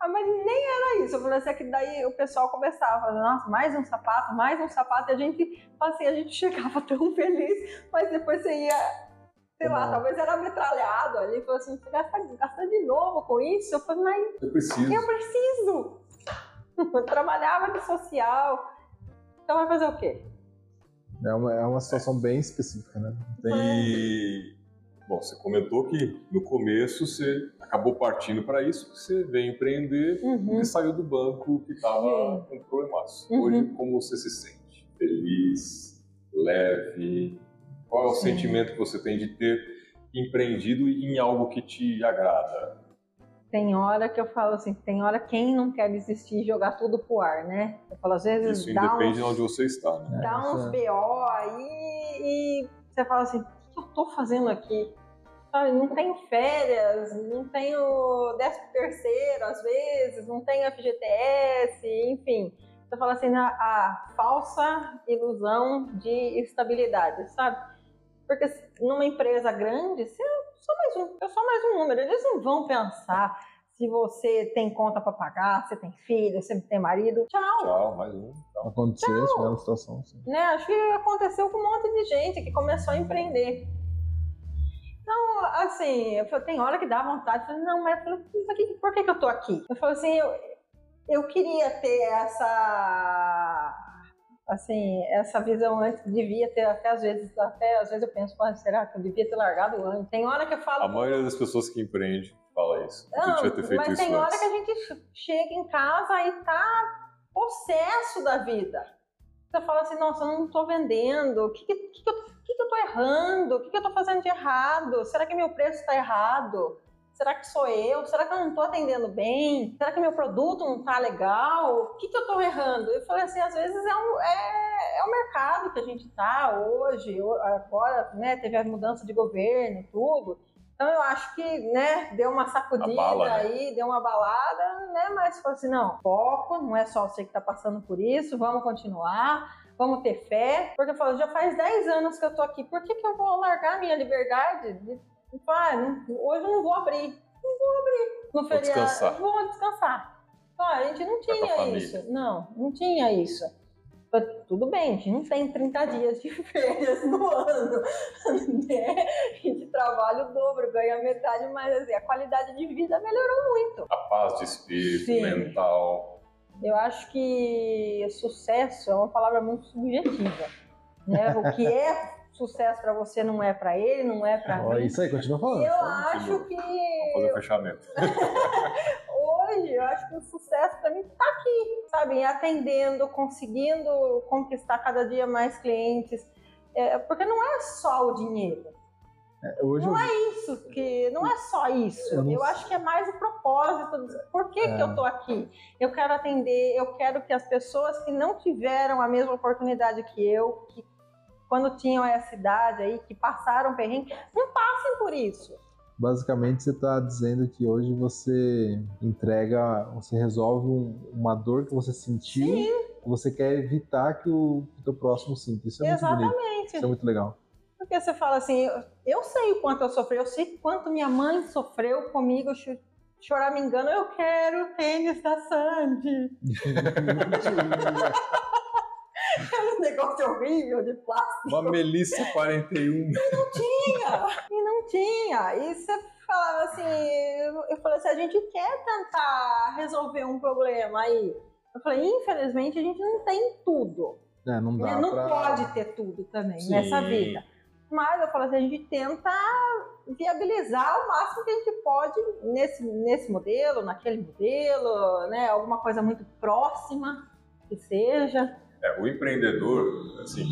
Ah, mas nem era isso. Eu falei assim, é que daí o pessoal começava, falando, nossa, mais um sapato, mais um sapato, e a gente, assim, a gente chegava tão feliz, mas depois você ia, sei lá, Não. talvez era metralhado ali, falou assim, você gasta, gasta de novo com isso? Eu falei, mas Eu preciso. eu preciso! Eu trabalhava de social, então vai fazer o quê? É uma, é uma situação bem específica, né? É. E bom, você comentou que no começo você acabou partindo para isso, que você veio empreender e saiu do banco que estava com problemaço. Uhum. Hoje, como você se sente? Feliz, leve? Qual é o Sim. sentimento que você tem de ter empreendido em algo que te agrada? Tem hora que eu falo assim, tem hora quem não quer desistir e jogar tudo pro ar, né? Eu falo, às vezes Isso dá um independe de onde você está, né? dá uns BO aí e você fala assim, o que que eu tô fazendo aqui? Sabe, não tenho férias, não tenho 13 terceiro às vezes, não tenho FGTS, enfim. Você fala assim, a, a falsa ilusão de estabilidade, sabe? Porque se- numa empresa grande, você é só mais um, eu sou mais um número, eles não vão pensar se você tem conta pra pagar, se tem filho, se tem marido. Tchau! Tchau, mais um. Acontecer, chegar numa situação assim. né? Acho que aconteceu com um monte de gente que começou a empreender. Então, assim, eu falei, tem hora que dá vontade, eu falei, não, mas eu falei, "Mas aqui, por que, que eu tô aqui? Eu falei assim, eu, eu queria ter essa assim, essa visão antes, devia ter até às vezes, até às vezes eu penso, "Pô, será que eu devia ter largado antes? Tem hora que eu falo, A maioria das pessoas que empreende fala isso. Eu não, devia ter feito mas isso tem hora antes. que a gente che- chega em casa e tá possesso da vida. Você fala assim, nossa, eu não tô vendendo, o que, que, que que eu, que que eu tô errando? O que, que eu tô fazendo de errado? Será que meu preço tá errado? Será que sou eu? Será que eu não tô atendendo bem? Será que meu produto não tá legal? O que, que eu tô errando? Eu falei assim, às vezes é, um, é, é o mercado que a gente tá hoje, o- agora, né, teve a mudança de governo e tudo. Então eu acho que, né, deu uma sacudida Abala, né? aí, deu uma balada, né? Mas falou assim, não, foco, não é só você que tá passando por isso, vamos continuar, vamos ter fé. Porque eu falo, já faz 10 anos que eu tô aqui, por que, que eu vou largar a minha liberdade? De, de, ah, não- hoje eu não vou abrir. Não vou abrir. No feriado, descansar. Vou descansar. Então, a gente não com a tinha família. isso. Não, não tinha isso. Falei, Tudo bem, a gente não tem 30 dias de férias no ano, né? A gente trabalha o dobro, ganha metade, mas assim, a qualidade de vida melhorou muito. A paz de espírito, Sim. mental. Eu acho que sucesso é uma palavra muito subjetiva, né? O que é sucesso pra você não é pra ele, não é pra Ó, mim. isso aí, continua falando. Eu Vamos acho seguir. que Vamos fazer o fechamento. hoje eu acho que o sucesso pra mim tá aqui, sabe? Em Atendendo, conseguindo conquistar cada dia mais clientes. É, porque não é só o dinheiro. Hoje eu Não é isso que. Não é só isso. Eu Eu, não sei. acho que é mais o propósito. do- Por que, que É. eu tô aqui? Eu quero atender, eu quero que as pessoas que não tiveram a mesma oportunidade que eu, que quando tinham essa idade aí, que passaram perrengue, não passem por isso. Basicamente, você está dizendo que hoje você entrega, você resolve um- uma dor que você sentiu, que você quer evitar que o que o teu próximo sinta. Isso é muito bonito, Exatamente. isso é muito legal. Porque você fala assim, eu, eu sei o quanto eu sofri, eu sei quanto minha mãe sofreu comigo, cho- chorar me engano, eu quero o tênis da Sandy. Aquele É um negócio horrível de plástico. Uma Melissa 41. E não tinha. E você falava assim, eu, eu falei assim, a gente quer tentar resolver um problema aí. Eu falei, infelizmente a gente não tem tudo. É, não né? dá Não pra- pode ter tudo também Sim. nessa vida. Mas eu falo assim, a gente tenta viabilizar o máximo que a gente pode nesse, nesse modelo, naquele modelo, né? Alguma coisa muito próxima que seja. É, o empreendedor, assim,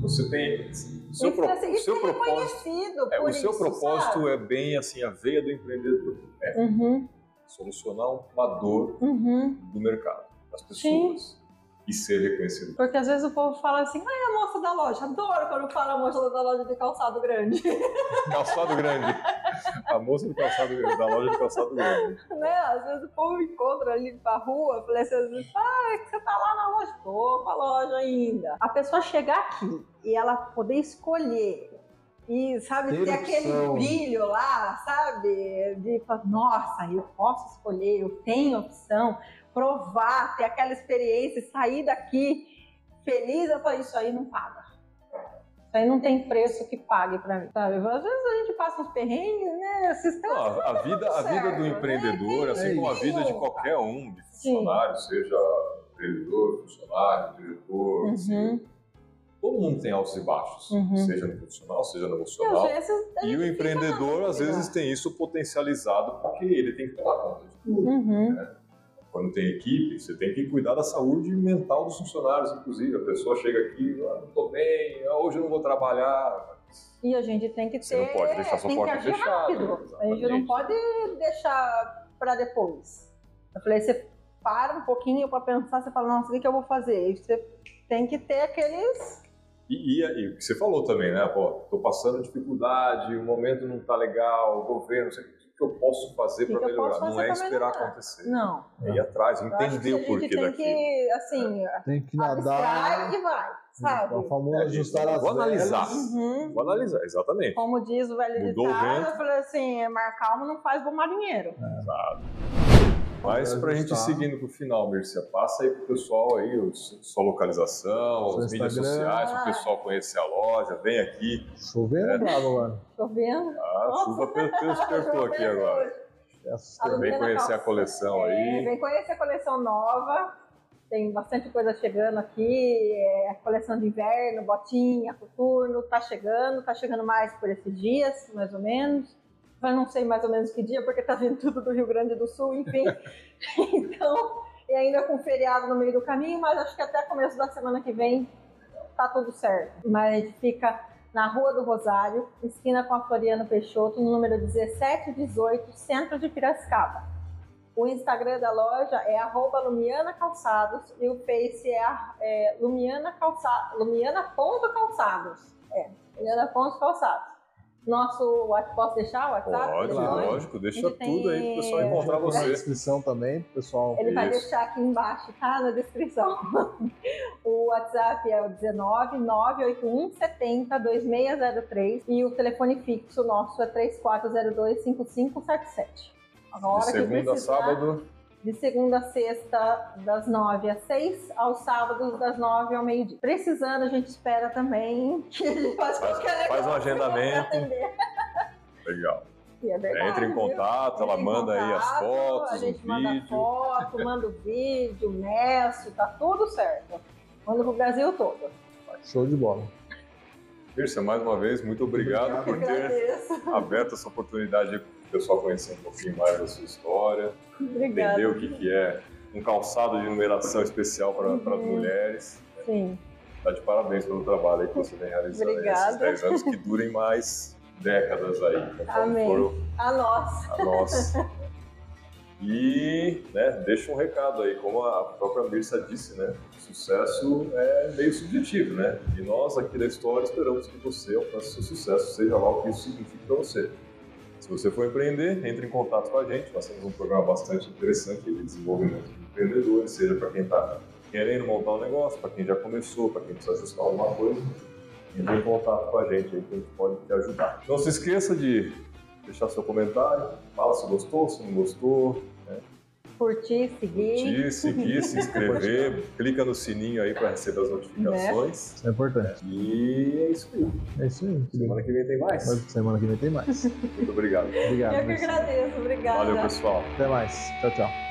você tem. Seu, pro, e o seu propósito, ser reconhecido é, por o seu isso, propósito sabe? é bem assim, a veia do empreendedor. Uhum, Solucionar uma dor uhum. do mercado, das Sim. pessoas. E ser reconhecido. Porque às vezes o povo fala assim, ai, a moça da loja, adoro quando fala a moça da loja de calçado grande, Calçado grande. A moça do calçado grande, da loja de calçado grande. né? Às vezes o povo me encontra ali pra rua, fala assim, às vezes, ah, que você tá lá na loja, tô com a loja ainda. A pessoa chegar aqui e ela poder escolher e, sabe, Ter ter, aquele opção. brilho lá, sabe? De falar, nossa, eu posso escolher, eu tenho opção, provar, ter aquela experiência, e sair daqui feliz, eu falei, isso aí não paga. Isso aí não tem preço que pague pra mim, sabe? Às vezes a gente passa uns perrengues, né? Esses Não, a, a vida, a vida do Certo, empreendedor, né? assim como a vida de qualquer um, de funcionário, seja empreendedor, funcionário, diretor, assim, Uhum. todo mundo tem altos e baixos, Uhum. seja no profissional, seja no E às emocional. vezes. a E gente o fica empreendedor, na às vezes, dúvida. tem isso potencializado, porque ele tem que tomar conta de tudo. Uhum. Quando tem equipe, você tem que cuidar da saúde mental dos funcionários, inclusive. A pessoa chega aqui, ah, não tô bem, ah, hoje eu não vou trabalhar. E a gente tem que ter. Você não pode deixar sua tem porta que agir fechada, Rápido. A gente não exatamente. pode deixar pra depois. Eu falei, você para um pouquinho pra pensar, você fala, nossa, o que, que eu vou fazer? E você tem que ter aqueles. E, e, e o que você falou também, né? Pô, tô passando dificuldade, o momento não tá legal, o governo, não sei o que o que eu posso fazer O que para que eu melhorar. posso Não fazer é pra esperar melhorar? acontecer. Não. É ir atrás, Eu acho que entender a o gente porquê tem daquilo. que, assim, Tem que nadar. é, abstrai e vai, sabe? A famosa É, gente, ajustar as vou analisar. velas. Uhum. Vou analisar, exatamente. Como diz o velho Mudou o ditado, vento. eu falei assim, é mar calmo não faz bom marinheiro. Mas para a gente ajustar. seguindo para o final, Mircia, passa aí para o pessoal aí os- sua localização, Seu as mídias Instagram. sociais, para o pessoal conhecer a loja, vem aqui. Chovendo É. bravo agora. Tô vendo? Ah, a Nossa. chuva pe- pe- despertou aqui agora. É assustador. Vem Alumina conhecer a calça. coleção É, aí. vem conhecer a coleção nova. Tem bastante coisa chegando aqui. é, a coleção de inverno, botinha, coturno, tá chegando, tá chegando mais por esses dias, mais ou menos. Mas não sei mais ou menos que dia, porque tá vindo tudo do Rio Grande do Sul, enfim. então, e ainda com feriado no meio do caminho, mas acho que até começo da semana que vem tá tudo certo. Mas a gente fica na Rua do Rosário, esquina com a Floriano Peixoto, no número 1718, centro de Piracicaba. O Instagram da loja é arroba Lumiana Calçados e o Face é, a- é Lumiana Calça, Lumiana.calçados. É, Lumiana.calçados. Nosso, what- posso deixar o WhatsApp? Pode, Claro. telefone? lógico, deixa Ele tem- um tudo aí para o pessoal encontrar Na você. descrição também, pessoal. Ele vai Isso. deixar aqui embaixo, tá? Na descrição. o WhatsApp é o 19 981 70 2603 e o telefone fixo nosso é 3402 5577. A hora De que segunda a precisar, sábado, de segunda a sexta, das nove às seis, aos sábados, das nove ao meio-dia. Precisando, a gente espera também que ele faça Faz- qualquer negócio. faz um agendamento. pra atender. Legal. E É É, verdade, entra em viu? contato, ela Entra em manda aí as contato, fotos, A o gente manda vídeo. foto, manda o vídeo, meço, tá tudo certo. Manda pro Brasil todo. Show de bola. Mirce, mais uma vez, muito obrigado Eu por ter agradeço. aberto essa oportunidade aí para o pessoal conhecer um pouquinho mais da sua história, Obrigada. entender o que, que é um calçado de numeração especial para as Uhum. mulheres. Sim. Tá de parabéns pelo trabalho aí que você vem realizando aí nesses Obrigada. 10 anos, que durem mais décadas aí, né? Então, conforme Amém. for A nossa. a nossa. E né, deixa um recado aí, como a própria Mirsa disse, né? Sucesso é meio subjetivo, né? E nós aqui da história esperamos que você alcance seu sucesso, seja lá o que isso signifique para você. Se você for empreender, entre em contato com a gente. Nós temos um programa bastante interessante de desenvolvimento de empreendedores, seja para quem está querendo montar um negócio, para quem já começou, para quem precisa ajustar alguma coisa. Entre em contato com a gente aí que a gente pode te ajudar. Não se esqueça de deixar seu comentário, fala se gostou, se não gostou, curtir, seguir. curtir, seguir, se inscrever, clica no sininho aí para receber as notificações. Isso é importante. E é isso aí. É isso aí. Semana que vem tem mais. Mas Semana que vem tem mais. Muito obrigado. Obrigado. Eu que Marcelo. agradeço, obrigada. Valeu, pessoal. Até mais. Tchau, tchau.